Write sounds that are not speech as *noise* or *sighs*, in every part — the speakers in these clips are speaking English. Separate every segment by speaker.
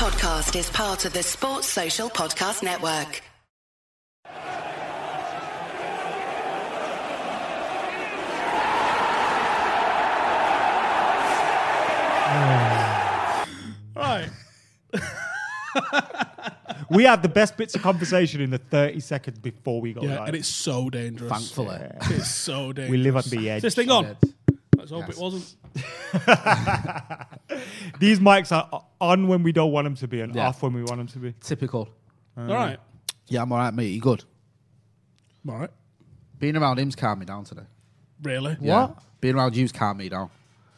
Speaker 1: podcast is part of the Sports Social Podcast Network.
Speaker 2: Right.
Speaker 3: We have the best bits of conversation in the 30 seconds before we go
Speaker 2: Yeah,
Speaker 3: live.
Speaker 2: and it's so dangerous.
Speaker 4: Thankfully.
Speaker 2: It's so dangerous.
Speaker 3: *laughs* we live at the edge.
Speaker 2: Is this thing on? Let's hope it wasn't.
Speaker 3: These mics are on when we don't want them to be and
Speaker 4: Yeah.
Speaker 3: off when we want them to be.
Speaker 4: Typical.
Speaker 3: Um,
Speaker 2: All right.
Speaker 4: Yeah, I'm all right, mate. You good?
Speaker 2: I'm all right.
Speaker 4: Being around him's calmed me down today.
Speaker 2: Really?
Speaker 4: Yeah. Being around you's calmed me down.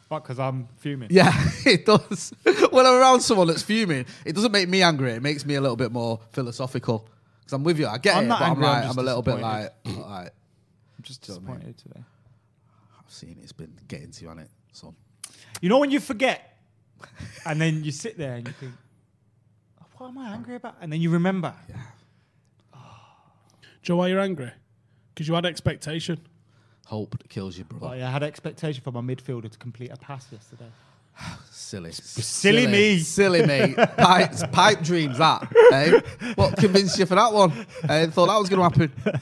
Speaker 3: Fuck, because I'm fuming.
Speaker 4: *laughs* Yeah, it does. when I'm around someone that's fuming, it doesn't make me angry. It makes me a little bit more philosophical. Because I'm with you. I get
Speaker 3: I'm
Speaker 4: it,
Speaker 3: not
Speaker 4: but
Speaker 3: angry, I'm
Speaker 4: I'm, like,
Speaker 3: just
Speaker 4: I'm a little bit like,
Speaker 3: disappointed.
Speaker 4: like, *clears throat*
Speaker 3: I'm just
Speaker 4: Do you know what I mean?
Speaker 3: disappointed today.
Speaker 4: I've seen it's been getting to you on it, son.
Speaker 3: You know when you forget, and then you sit there and you think, "Oh, "What am I angry about?" And then you remember.
Speaker 2: Joe, why you're angry? Because you had expectation.
Speaker 4: Hope that kills you, brother.
Speaker 3: Like, I had expectation for my midfielder to complete a pass yesterday.
Speaker 4: Silly.
Speaker 3: silly me.
Speaker 4: Silly *laughs* me. Pipes, pipe dreams, that. eh? What convinced you for that one? Eh, thought that was going to happen.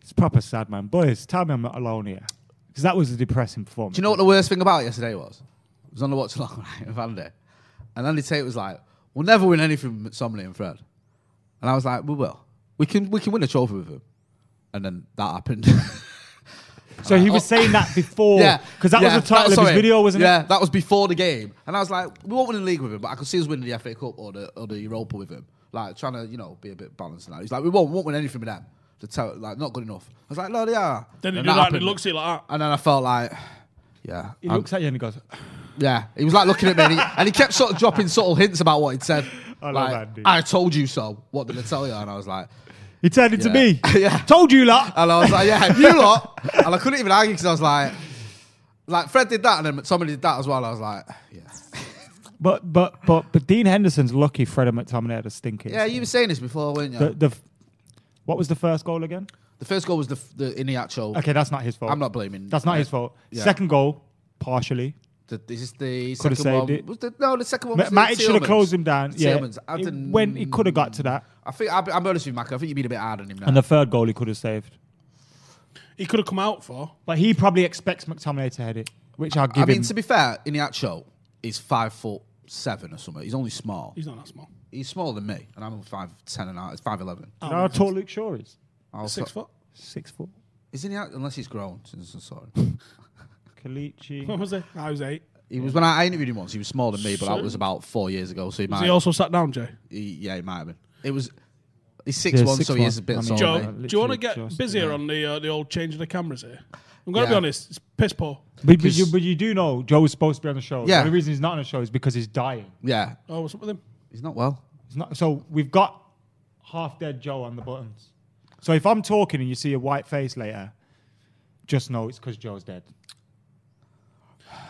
Speaker 3: It's proper sad, man. Boys, tell me I'm not alone here, because that was a depressing performance.
Speaker 4: Do you know what the worst thing about yesterday was? I was on the watch *laughs* along right, with Andy. And Andy Tate was like, We'll never win anything with Somney and Fred. And I was like, We will. We can we can win a trophy with him. And then that happened.
Speaker 3: So he was saying that before,
Speaker 4: *laughs* Oh. yeah.
Speaker 3: because Oh, that
Speaker 4: yeah,
Speaker 3: was the title of
Speaker 4: sorry.
Speaker 3: his video, wasn't
Speaker 4: yeah,
Speaker 3: it?
Speaker 4: that was before the game. And I was like, We won't win the league with him, but I could see us winning the FA Cup or the or the Europa with him. Like trying to, you know, be a bit balanced now. He's like, We won't, won't win anything with them. The tel- like not good enough. I was like, No, they are.
Speaker 2: Then he
Speaker 4: And
Speaker 2: did that and it
Speaker 4: happened.
Speaker 2: looks at you like that.
Speaker 4: And then I felt like yeah,
Speaker 3: He
Speaker 4: I'm-
Speaker 3: looks at you and he goes,
Speaker 4: yeah, he was like looking at me, and he, and he kept sort of dropping subtle hints about what he'd said.
Speaker 3: I love
Speaker 4: like,
Speaker 3: Andy.
Speaker 4: I told you so. What did I tell you? And I was like,
Speaker 3: he turned into
Speaker 4: Yeah.
Speaker 3: me.
Speaker 4: Yeah. *laughs* Uh,
Speaker 3: Told you lot.
Speaker 4: and I was like, yeah, you lot. And I couldn't even argue because I was like, like Fred did that, and then somebody did that as well. I was like, yeah,
Speaker 3: But but but but Dean Henderson's lucky Fred and McTominay had a stinking.
Speaker 4: yeah. You were saying this before, weren't you?
Speaker 3: The,
Speaker 4: The,
Speaker 3: the f- what was the first goal again?
Speaker 4: first goal was the, the in the actual.
Speaker 3: Okay, that's not his fault.
Speaker 4: I'm not blaming.
Speaker 3: That's not his fault.
Speaker 4: Yeah.
Speaker 3: Second goal, partially.
Speaker 4: The, this is the
Speaker 3: Coulda
Speaker 4: second
Speaker 3: saved
Speaker 4: one.
Speaker 3: it.
Speaker 4: Was the, no, the second one.
Speaker 3: Ma-
Speaker 4: Was
Speaker 3: Matic
Speaker 4: the
Speaker 3: should have
Speaker 4: Tielemans.
Speaker 3: closed him down. Yeah,
Speaker 4: Tielemans. I
Speaker 3: It-
Speaker 4: didn't-
Speaker 3: when he could have got to that,
Speaker 4: I think I'll be, I'm honest with you, Mac. I think you've been a bit hard on him now.
Speaker 3: and the third goal he could have saved.
Speaker 2: He could have come out for.
Speaker 3: But he probably expects McTominay to head it, which I'll give
Speaker 4: I mean,
Speaker 3: him.
Speaker 4: to be fair, Iniacho is five foot seven or something. He's only small.
Speaker 2: He's not that small.
Speaker 4: He's smaller than me, and I'm five ten and a half. It's five eleven.
Speaker 3: you know how tall Luke Shaw is?
Speaker 4: I'll
Speaker 2: Six
Speaker 4: fu-
Speaker 2: foot.
Speaker 3: Six foot.
Speaker 4: Is Iniacho unless he's grown since I'm sorry.
Speaker 2: What
Speaker 3: Kalichi.
Speaker 2: was he? I was eight.
Speaker 4: He was when I, I interviewed him once. He was smaller than me, but
Speaker 2: So-
Speaker 4: that was about four years ago. So he
Speaker 2: Was
Speaker 4: might.
Speaker 2: he also sat down, Jay?
Speaker 4: he- yeah, he might have been. It was. He's six
Speaker 3: Yeah,
Speaker 4: one, so he
Speaker 3: 6'1".
Speaker 4: is a bit
Speaker 3: I mean,
Speaker 4: smaller.
Speaker 2: Joe,
Speaker 3: Alright,
Speaker 4: than me.
Speaker 2: do you want to
Speaker 3: literally
Speaker 2: get
Speaker 3: just-
Speaker 2: busier on the uh, the old changing the cameras here? I'm gonna be
Speaker 4: Yeah.
Speaker 2: honest. It's piss poor.
Speaker 3: But, but, you, but you do know Joe was supposed to be on the show.
Speaker 4: Yeah.
Speaker 3: The only reason he's not on the show is because he's dying.
Speaker 4: Yeah,
Speaker 2: Oh, what's up with him?
Speaker 4: he's not well.
Speaker 3: It's not, so we've got half dead Joe on the buttons. So if I'm talking and you see a white face later, just know it's because Joe's dead.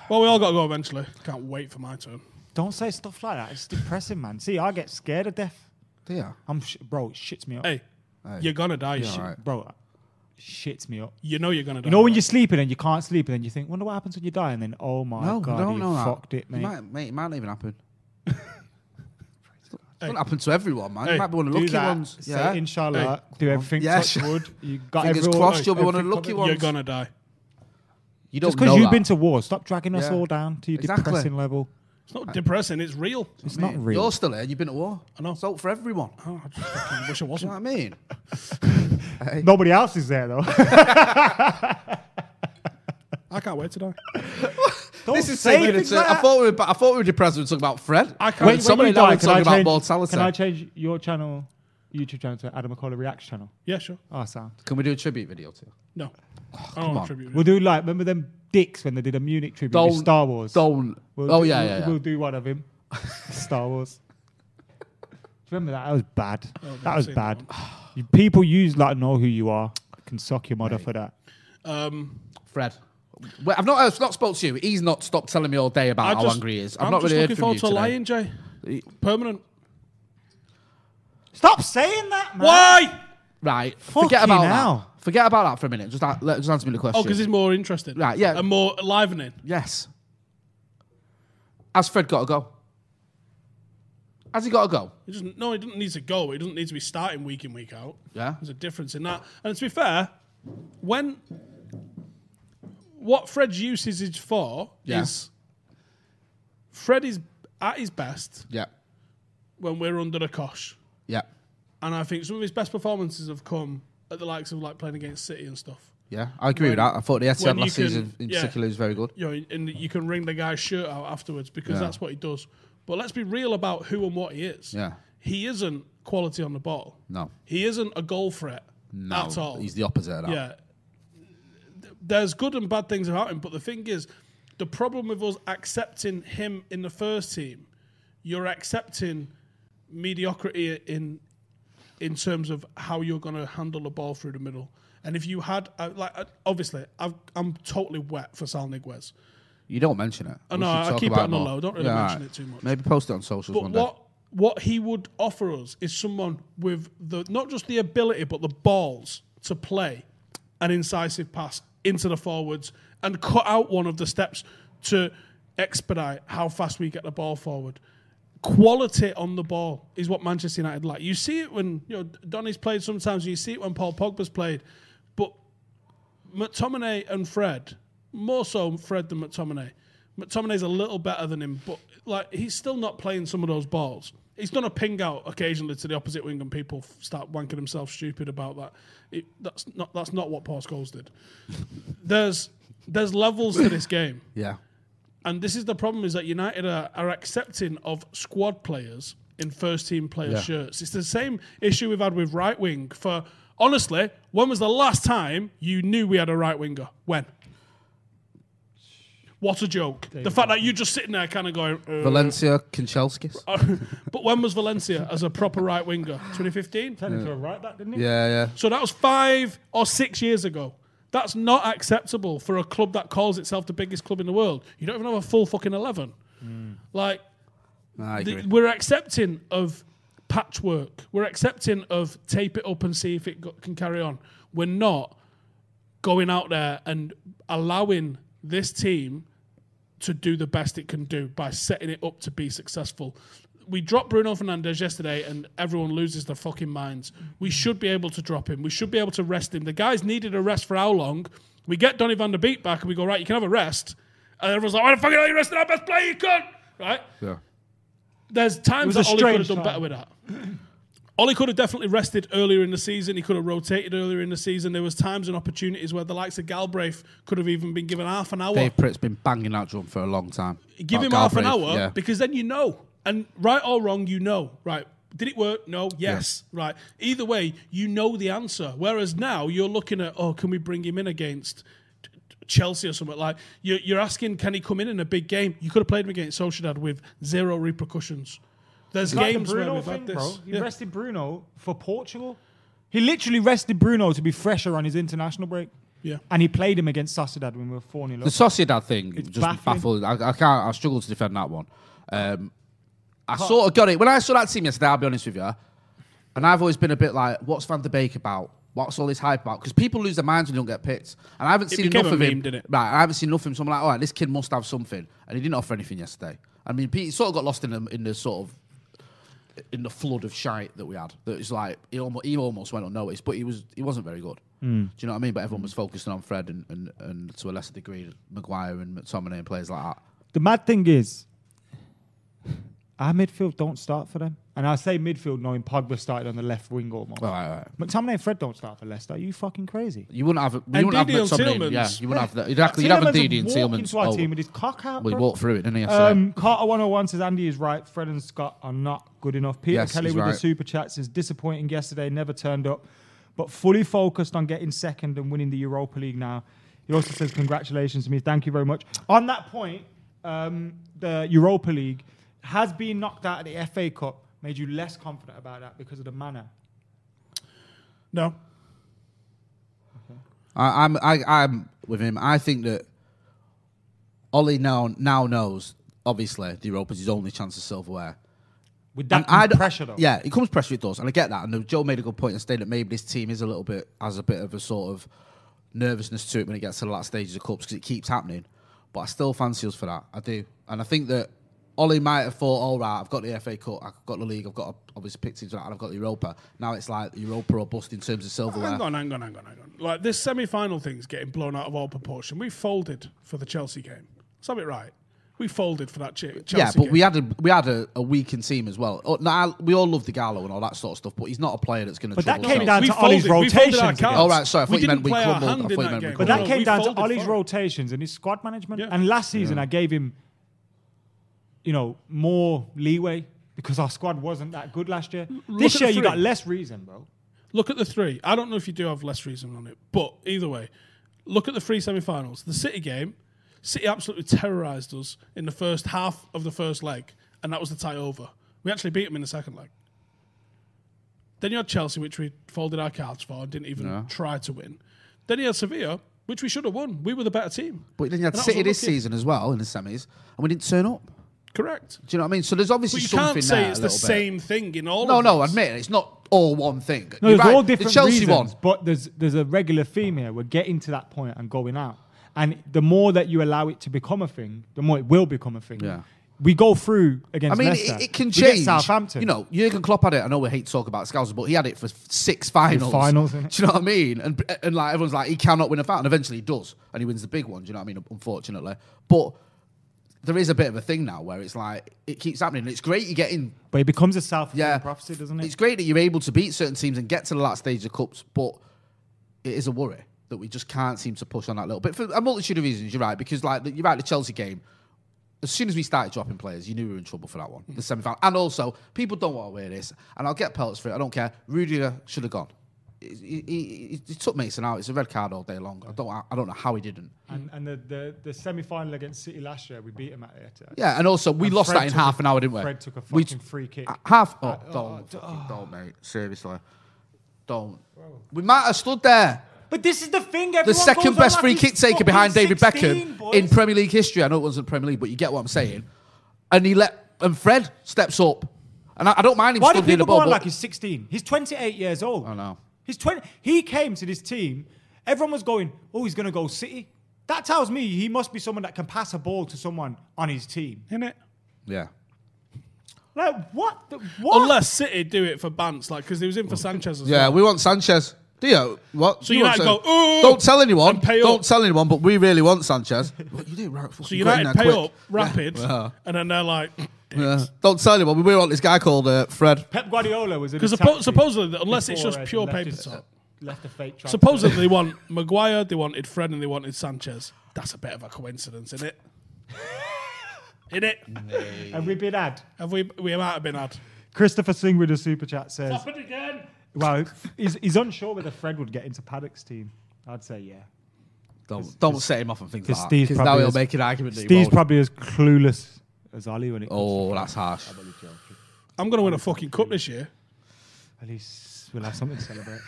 Speaker 2: Well, we all got to go eventually. Can't wait for my turn.
Speaker 3: Don't say stuff like that. It's depressing, man. See, I get scared of death.
Speaker 4: Yeah.
Speaker 3: I'm sh- bro, it shits me up.
Speaker 2: Hey,
Speaker 4: Hey.
Speaker 2: you're gonna die.
Speaker 4: Yeah,
Speaker 2: Shit.
Speaker 4: alright.
Speaker 3: Bro, it shits me up.
Speaker 2: You know you're gonna die.
Speaker 3: You know when you're sleeping and you can't sleep, and then you think, wonder what happens when you die, and then oh my
Speaker 4: No,
Speaker 3: god,
Speaker 4: I don't
Speaker 3: you
Speaker 4: know that.
Speaker 3: fucked it,
Speaker 4: It
Speaker 3: mate.
Speaker 4: might, mate, it might not
Speaker 3: *laughs*
Speaker 4: even happen. It doesn't happen to everyone, man.
Speaker 2: Hey,
Speaker 4: you might be one of the
Speaker 3: do
Speaker 4: lucky
Speaker 3: that.
Speaker 4: ones.
Speaker 3: Say
Speaker 4: Yeah.
Speaker 3: inshallah. do everything.
Speaker 4: Yeah,
Speaker 3: touch
Speaker 4: sure.
Speaker 3: wood. You got
Speaker 4: Fingers
Speaker 3: everyone-
Speaker 4: crossed you'll be one of the
Speaker 3: everything
Speaker 4: lucky
Speaker 3: covered.
Speaker 4: ones.
Speaker 2: You're gonna die.
Speaker 4: You don't
Speaker 3: Just
Speaker 4: know
Speaker 3: because you've
Speaker 4: that.
Speaker 3: been to war, stop dragging us
Speaker 4: Yeah.
Speaker 3: all down to your
Speaker 4: Exactly.
Speaker 3: depressing level.
Speaker 2: It's not depressing. It's real.
Speaker 3: It's not real.
Speaker 4: You're still here. You've been at war.
Speaker 2: I know.
Speaker 4: It's out for everyone. Do
Speaker 2: Oh, I just fucking wish I
Speaker 4: you
Speaker 2: wasn't.
Speaker 4: know what I mean?
Speaker 3: Nobody else is there though.
Speaker 2: I can't wait to die. Oh,
Speaker 3: Don't
Speaker 4: this is
Speaker 3: say
Speaker 4: taking it
Speaker 3: things
Speaker 4: to-
Speaker 3: like
Speaker 4: I
Speaker 3: that.
Speaker 4: thought we were. I thought we were depressed. when We were talking about Fred.
Speaker 2: I can't.
Speaker 3: When, when
Speaker 4: somebody
Speaker 3: you
Speaker 4: now
Speaker 3: die,
Speaker 4: we're
Speaker 3: can
Speaker 4: talking
Speaker 3: I
Speaker 4: about
Speaker 3: change,
Speaker 4: mortality.
Speaker 3: Can I change your channel, YouTube channel to Adam McCullough Reacts channel?
Speaker 2: yeah, sure.
Speaker 3: Oh, sound.
Speaker 4: Can we do a tribute video to? you?
Speaker 2: No. I don't
Speaker 4: Oh, on.
Speaker 2: want to tribute.
Speaker 3: We'll do like remember them dicks when they did a Munich tribute
Speaker 4: Don't
Speaker 3: with Star Wars.
Speaker 4: Don't.
Speaker 3: We'll
Speaker 4: oh
Speaker 3: do-
Speaker 4: yeah,
Speaker 3: we'll,
Speaker 4: yeah. yeah.
Speaker 3: We'll do one of *laughs* him. Star Wars. Do you remember that? That was bad.
Speaker 2: I've
Speaker 3: that
Speaker 2: never
Speaker 3: was
Speaker 2: seen
Speaker 3: bad.
Speaker 2: that
Speaker 3: *sighs* you, people use like know who you are. Can suck your mother for that.
Speaker 2: Um,
Speaker 4: Fred. Well, I've not. I've not spoke to you. He's not stopped telling me all day about
Speaker 2: I
Speaker 4: how
Speaker 2: just-
Speaker 4: angry he is. I've
Speaker 2: I'm
Speaker 4: not
Speaker 2: just
Speaker 4: really
Speaker 2: looking
Speaker 4: heard from
Speaker 2: forward
Speaker 4: you
Speaker 2: to
Speaker 4: today.
Speaker 2: lying, Jay. Permanent.
Speaker 3: Stop saying that, man.
Speaker 2: Why?
Speaker 4: Right.
Speaker 3: Fucking
Speaker 4: Forget about
Speaker 3: hell.
Speaker 4: that. Forget about that for a minute. Just a- let, just answer me the question.
Speaker 2: Oh, because it's more interesting.
Speaker 4: Right, yeah.
Speaker 2: And more livening.
Speaker 4: yes. Has Fred got to go? Has he got to go?
Speaker 2: He doesn't. No, he doesn't need to go. He doesn't need to be starting week in week out.
Speaker 4: Yeah.
Speaker 2: there's a difference in that. And to be fair, when what Fred uses it for
Speaker 4: Yeah.
Speaker 2: is Fred is at his best
Speaker 4: Yeah.
Speaker 2: when we're under the cosh,
Speaker 4: Yeah.
Speaker 2: and I think some of his best performances have come at the likes of like playing against City and stuff.
Speaker 4: Yeah. I agree with
Speaker 2: When-
Speaker 4: that. I thought the Etihad
Speaker 2: when
Speaker 4: last
Speaker 2: you can-
Speaker 4: season in
Speaker 2: yeah.
Speaker 4: particular was very good.
Speaker 2: You know, and you can wring the guy's shirt out afterwards because
Speaker 4: Yeah.
Speaker 2: that's what he does. But let's be real about who and what he is.
Speaker 4: Yeah.
Speaker 2: he isn't quality on the ball.
Speaker 4: No.
Speaker 2: he isn't a goal threat
Speaker 4: No.
Speaker 2: at all.
Speaker 4: He's the opposite of that.
Speaker 2: Yeah. There's good and bad things about him, but the thing is, the problem with us accepting him in the first team, you're accepting mediocrity in in terms of how you're going to handle the ball through the middle. And if you had, uh, like, uh, obviously, I've, I'm totally wet for Sal Niguez.
Speaker 4: You don't mention it.
Speaker 2: Oh,
Speaker 4: We
Speaker 2: no,
Speaker 4: should
Speaker 2: I
Speaker 4: talk
Speaker 2: keep it
Speaker 4: about
Speaker 2: on the
Speaker 4: more.
Speaker 2: low. Don't really mention
Speaker 4: alright.
Speaker 2: it too much.
Speaker 4: Maybe post it on socials
Speaker 2: But
Speaker 4: one
Speaker 2: what
Speaker 4: day.
Speaker 2: what he would offer us is someone with the not just the ability but the balls to play an incisive pass into the forwards and cut out one of the steps to expedite how fast we get the ball forward. Quality on the ball is what Manchester United like. You see it when you know Donny's played sometimes, and you see it when Paul Pogba's played, but McTominay and Fred, more so Fred than McTominay. McTominay's a little better than him, but like he's still not playing some of those balls. He's done a ping out occasionally to the opposite wing, and people f- start wanking themselves stupid about that. It, that's not that's not what Paul Scholes did. *laughs* There's there's levels to this game,
Speaker 4: Yeah.
Speaker 2: and this is the problem: is that United are, are accepting of squad players in first team player
Speaker 4: Yeah.
Speaker 2: shirts. It's the same issue we've had with right wing for honestly. When was the last time you knew we had a right winger? When? What a joke! the fact that you're just sitting there, kind of going. uh,
Speaker 4: Valencia Kinchelskis.
Speaker 2: *laughs* but when was Valencia as a proper right
Speaker 5: *gasps*
Speaker 2: winger? 2015.
Speaker 5: Turned into a right back, didn't he?
Speaker 4: Yeah, yeah.
Speaker 2: So that was five or six years ago. That's not acceptable for a club that calls itself the biggest club in the world. You don't even have a full fucking eleven.
Speaker 5: Mm.
Speaker 2: Like
Speaker 4: Nah, I
Speaker 2: the-
Speaker 4: agree.
Speaker 2: we're accepting of patchwork. We're accepting of tape it up and see if it go- can carry on. We're not going out there and allowing this team to do the best it can do by setting it up to be successful. We dropped Bruno Fernandez yesterday, and everyone loses their fucking minds. We should be able to drop him. We should be able to rest him. The guys needed a rest for how long? We get Donny Van der Beek back, and we go right. You can have a rest, and everyone's like, "Why the fuck are you resting our best player? You cunt!" Right?
Speaker 4: yeah.
Speaker 2: There's times
Speaker 5: was a
Speaker 2: that Ollie could
Speaker 5: strange
Speaker 2: have done
Speaker 5: time.
Speaker 2: better with that. *clears throat* Ollie could have definitely rested earlier in the season. He could have rotated earlier in the season. There was times and opportunities where the likes of Galbraith could have even been given half an hour.
Speaker 4: Dave Pritt's been banging that drum for a long time.
Speaker 2: Give
Speaker 4: About
Speaker 2: him half an
Speaker 4: Galbraith,
Speaker 2: hour
Speaker 4: Yeah.
Speaker 2: because then you know. And right or wrong, you know. Right. Did it work? No. Yes. Right. Either way, you know the answer. Whereas now you're looking at, oh, can we bring him in against t- t- Chelsea or something? Like you're, you're asking, can he come in in a big game? You could have played him against Sociedad with zero repercussions. There's
Speaker 5: It's like the
Speaker 2: games where
Speaker 5: Bruno
Speaker 2: we've
Speaker 5: thing,
Speaker 2: had
Speaker 5: bro.
Speaker 2: this.
Speaker 5: He
Speaker 2: Yeah.
Speaker 5: rested Bruno for Portugal. He literally rested Bruno to be fresher on his international break.
Speaker 2: Yeah.
Speaker 5: And he played him against Sociedad when we were 4 0.
Speaker 4: The Sociedad thing
Speaker 5: It's
Speaker 4: just
Speaker 5: baffling.
Speaker 4: baffled. I, I can't. I struggle to defend that one. Um, I sort of got it when I saw that team yesterday. I'll be honest with you, and I've always been a bit like, "What's Van der Beek about? What's all this hype about?" Because people lose their minds when they don't get picked, and I haven't seen
Speaker 2: became
Speaker 4: enough
Speaker 2: a
Speaker 4: of him.
Speaker 2: meme, didn't it?
Speaker 4: Right, I haven't seen enough of him. So I'm like, "All right, this kid must have something," and he didn't offer anything yesterday. I mean, he sort of got lost in the, in the sort of in the flood of shite that we had. That it's like he almost, he almost went unnoticed, but he was he wasn't very good.
Speaker 2: Hmm.
Speaker 4: Do you know what I mean? But everyone was focusing on Fred and, and, and to a lesser degree Maguire and McTominay and players like that.
Speaker 5: The mad thing is, our midfield don't start for them. And I say midfield knowing Pogba started on the left wing almost.
Speaker 4: All right, all right.
Speaker 5: McTominay and Fred don't start for Leicester. Are you fucking crazy?
Speaker 4: You wouldn't have you wouldn't
Speaker 2: Didi
Speaker 4: have
Speaker 2: and
Speaker 4: McTominay. in- Yeah,
Speaker 2: Tielemans.
Speaker 4: you wouldn't have that.
Speaker 5: *laughs*
Speaker 4: Exactly, you'd have a
Speaker 5: Tielemans
Speaker 4: Didi and
Speaker 5: walked
Speaker 4: Tielemans.
Speaker 5: into our
Speaker 4: Oh,
Speaker 5: team with his cock out.
Speaker 4: well, he
Speaker 5: bro.
Speaker 4: walked through it, didn't he? yesterday?
Speaker 5: Um, Carter 101 says Andy is right. Fred and Scott are not good enough. Peter
Speaker 4: Yes,
Speaker 5: Kelly
Speaker 4: he's
Speaker 5: with
Speaker 4: right.
Speaker 5: the super chat says disappointing yesterday, never turned up, but fully focused on getting second and winning the Europa League now. He also says congratulations to me. Thank you very much. On that point, um, the Europa League has been knocked out of the FA Cup. Made you less confident about that because of the manner.
Speaker 2: No.
Speaker 4: I, I'm I, I'm with him. I think that Ollie now now knows obviously the Europa's his only chance of silverware.
Speaker 5: With that
Speaker 4: And I
Speaker 5: comes
Speaker 4: d-
Speaker 5: pressure, though.
Speaker 4: Yeah, it comes pressure. It does, and I get that. And Joe made a good point in saying that maybe this team is a little bit has a bit of a sort of nervousness to it when it gets to the last stages of cups because it keeps happening. But I still fancy us for that. I do, and I think that Ollie might have thought, all right, I've got the FA Cup, I've got the league, I've got obviously picked teams, and I've got Europa. Now it's like Europa or bust in terms of silverware.
Speaker 2: Hang on, hang on, hang on, hang on. Like this semi-final thing's getting blown out of all proportion. We folded for the Chelsea game. Let's have it right. We folded for that che- Chelsea
Speaker 4: yeah, but
Speaker 2: game.
Speaker 4: we had a we had a, a weakened team as well. Oh, nah, we all love the Gallo and all that sort of stuff, but he's not a player that's going to.
Speaker 3: But that came
Speaker 2: No,
Speaker 3: down
Speaker 2: we
Speaker 3: to Ollie's
Speaker 2: folded- we folded
Speaker 3: rotations
Speaker 2: our
Speaker 3: again.
Speaker 2: cards.
Speaker 4: Oh, right, sorry, I thought
Speaker 2: we
Speaker 4: you
Speaker 2: didn't
Speaker 4: meant we
Speaker 2: play our
Speaker 4: crumbled. I
Speaker 2: hand in
Speaker 4: thought you
Speaker 2: that
Speaker 4: meant we
Speaker 2: game.
Speaker 4: crumbled.
Speaker 3: But that
Speaker 2: No,
Speaker 3: came
Speaker 2: we
Speaker 3: down to
Speaker 2: folded
Speaker 3: Ollie's
Speaker 2: for it.
Speaker 3: rotations and his squad management.
Speaker 2: Yeah.
Speaker 3: And last season, I gave him, you know, more leeway because our squad wasn't that good last year.
Speaker 2: at
Speaker 3: this
Speaker 2: the
Speaker 3: year, you got
Speaker 2: three.
Speaker 3: less reason, bro.
Speaker 2: Look at the three. I don't know if you do have less reason on it, but either way, look at the three semi-finals. The City game, City absolutely terrorised us in the first half of the first leg, and that was the tie over. We actually beat them in the second leg. Then you had Chelsea, which we folded our cards for and didn't even try to win. Then you had Sevilla, which we should have won. We were the better team.
Speaker 4: But then you had
Speaker 2: And that was
Speaker 4: City this
Speaker 2: unlucky.
Speaker 4: season as well in the semis, and we didn't turn up.
Speaker 2: Correct.
Speaker 4: Do you know what I mean? So there's obviously
Speaker 2: But you
Speaker 4: something
Speaker 2: can't say
Speaker 4: there
Speaker 2: it's
Speaker 4: a
Speaker 2: the
Speaker 4: little bit.
Speaker 2: same thing in all
Speaker 4: No,
Speaker 2: of
Speaker 4: no,
Speaker 2: these.
Speaker 4: admit it. It's not all one thing.
Speaker 3: No,
Speaker 4: You're
Speaker 3: there's
Speaker 4: right,
Speaker 3: all different
Speaker 4: the Chelsea
Speaker 3: reasons,
Speaker 4: one.
Speaker 3: but there's there's a regular theme here. We're getting to that point and going out, and the more that you allow it to become a thing, the more it will become a thing.
Speaker 4: Yeah.
Speaker 3: We go through against.
Speaker 4: I mean,
Speaker 3: Leicester.
Speaker 4: it, it can
Speaker 3: We
Speaker 4: change.
Speaker 3: Get Southampton.
Speaker 4: You know, Jurgen Klopp had it. I know we hate to talk about Scouser, but he had it for six finals.
Speaker 3: finals,
Speaker 4: do
Speaker 3: innit?
Speaker 4: you know what I mean? And and like everyone's like, he cannot win a final. And eventually he does, and he wins the big one. Do you know what I mean? Unfortunately, but there is a bit of a thing now where it's like it keeps happening. And It's great you're getting
Speaker 3: but it becomes a self
Speaker 4: yeah
Speaker 3: prophecy, doesn't it?
Speaker 4: It's great that you're able to beat certain teams and get to the last stage of cups, but it is a worry that we just can't seem to push on that little bit for a multitude of reasons. You're right because like you're right. The Chelsea game, as soon as we started dropping players, you knew we were in trouble for that one, the semi final. And also, people don't want to wear this, and I'll get pelts for it. I don't care. Rudiger should have gone. He, he- he- he took Mason out. It's a red card all day long. I don't. I don't know how he didn't.
Speaker 3: and and the, the the semi final against City last year, we beat them at it.
Speaker 4: Yeah, and also we
Speaker 3: And
Speaker 4: lost
Speaker 3: Fred
Speaker 4: that in
Speaker 3: took a-
Speaker 4: half an hour, didn't we?
Speaker 3: Fred took a
Speaker 4: We
Speaker 3: fucking free kick.
Speaker 4: Uh, Half. Oh, don't, fucking don't, mate. Seriously, don't. We might have stood there.
Speaker 3: But this is the thing.
Speaker 4: The second best free kick taker behind David Beckham in
Speaker 3: Premier
Speaker 4: Premier League history. I know it wasn't Premier League, but you get what I'm saying. And he let and Fred steps up, and I, I don't mind him
Speaker 3: Why do
Speaker 4: still doing
Speaker 3: people
Speaker 4: the
Speaker 3: go
Speaker 4: ball.
Speaker 3: on
Speaker 4: but-
Speaker 3: like he's 16? He's 28 years old.
Speaker 4: I know.
Speaker 3: He's 20. He came to this team. Everyone was going, oh, he's going to go City. That tells me he must be someone that can pass a ball to someone on his team.
Speaker 2: Innit?
Speaker 4: yeah,
Speaker 3: Like, what? The, what?
Speaker 2: Unless City do it for Bants, like because he was in for Sanchez. As
Speaker 4: yeah.
Speaker 2: well.
Speaker 4: We want Sanchez. Do you? What?
Speaker 2: So
Speaker 4: you want
Speaker 2: United
Speaker 4: San-
Speaker 2: go, "Ooh,"
Speaker 4: Don't tell anyone.
Speaker 2: and pay
Speaker 4: Don't
Speaker 2: up.
Speaker 4: tell anyone. But we really want Sanchez. *laughs* what you do? Right,
Speaker 2: So
Speaker 4: fucking go in
Speaker 2: United
Speaker 4: there
Speaker 2: pay
Speaker 4: quick.
Speaker 2: up rapid,
Speaker 4: Yeah.
Speaker 2: and then they're like, *laughs*
Speaker 4: Yeah. Don't tell anyone. We want this guy called uh, Fred.
Speaker 3: Pep Guardiola was in
Speaker 2: because
Speaker 3: his
Speaker 2: suppo-
Speaker 3: taxi
Speaker 2: supposedly, that- unless it's
Speaker 3: before
Speaker 2: just
Speaker 3: Ed
Speaker 2: pure
Speaker 3: left
Speaker 2: paper
Speaker 3: his-
Speaker 2: talk,
Speaker 3: Left a fake transfer.
Speaker 2: supposedly *laughs* they want Maguire, they wanted Fred, and they wanted Sanchez. That's a bit of a coincidence, isn't *laughs* it? In it,
Speaker 3: And we've been had.
Speaker 2: have we? We might have been had.
Speaker 3: Christopher Singh with a super chat says,
Speaker 2: Happened again.
Speaker 3: well, he's, he's unsure whether Fred would get into Paddock's team. I'd say, yeah.
Speaker 4: Don't, don't set him off on things like
Speaker 3: Because
Speaker 4: that.
Speaker 3: Steve's
Speaker 4: Because now
Speaker 3: probably
Speaker 4: he'll
Speaker 3: is-
Speaker 4: make an argument. that he
Speaker 3: Steve's
Speaker 4: won't.
Speaker 3: probably as clueless as Ali when it comes
Speaker 4: Oh, that's harsh.
Speaker 2: I'm gonna win a fucking cup this year.
Speaker 3: At least we'll have something to celebrate.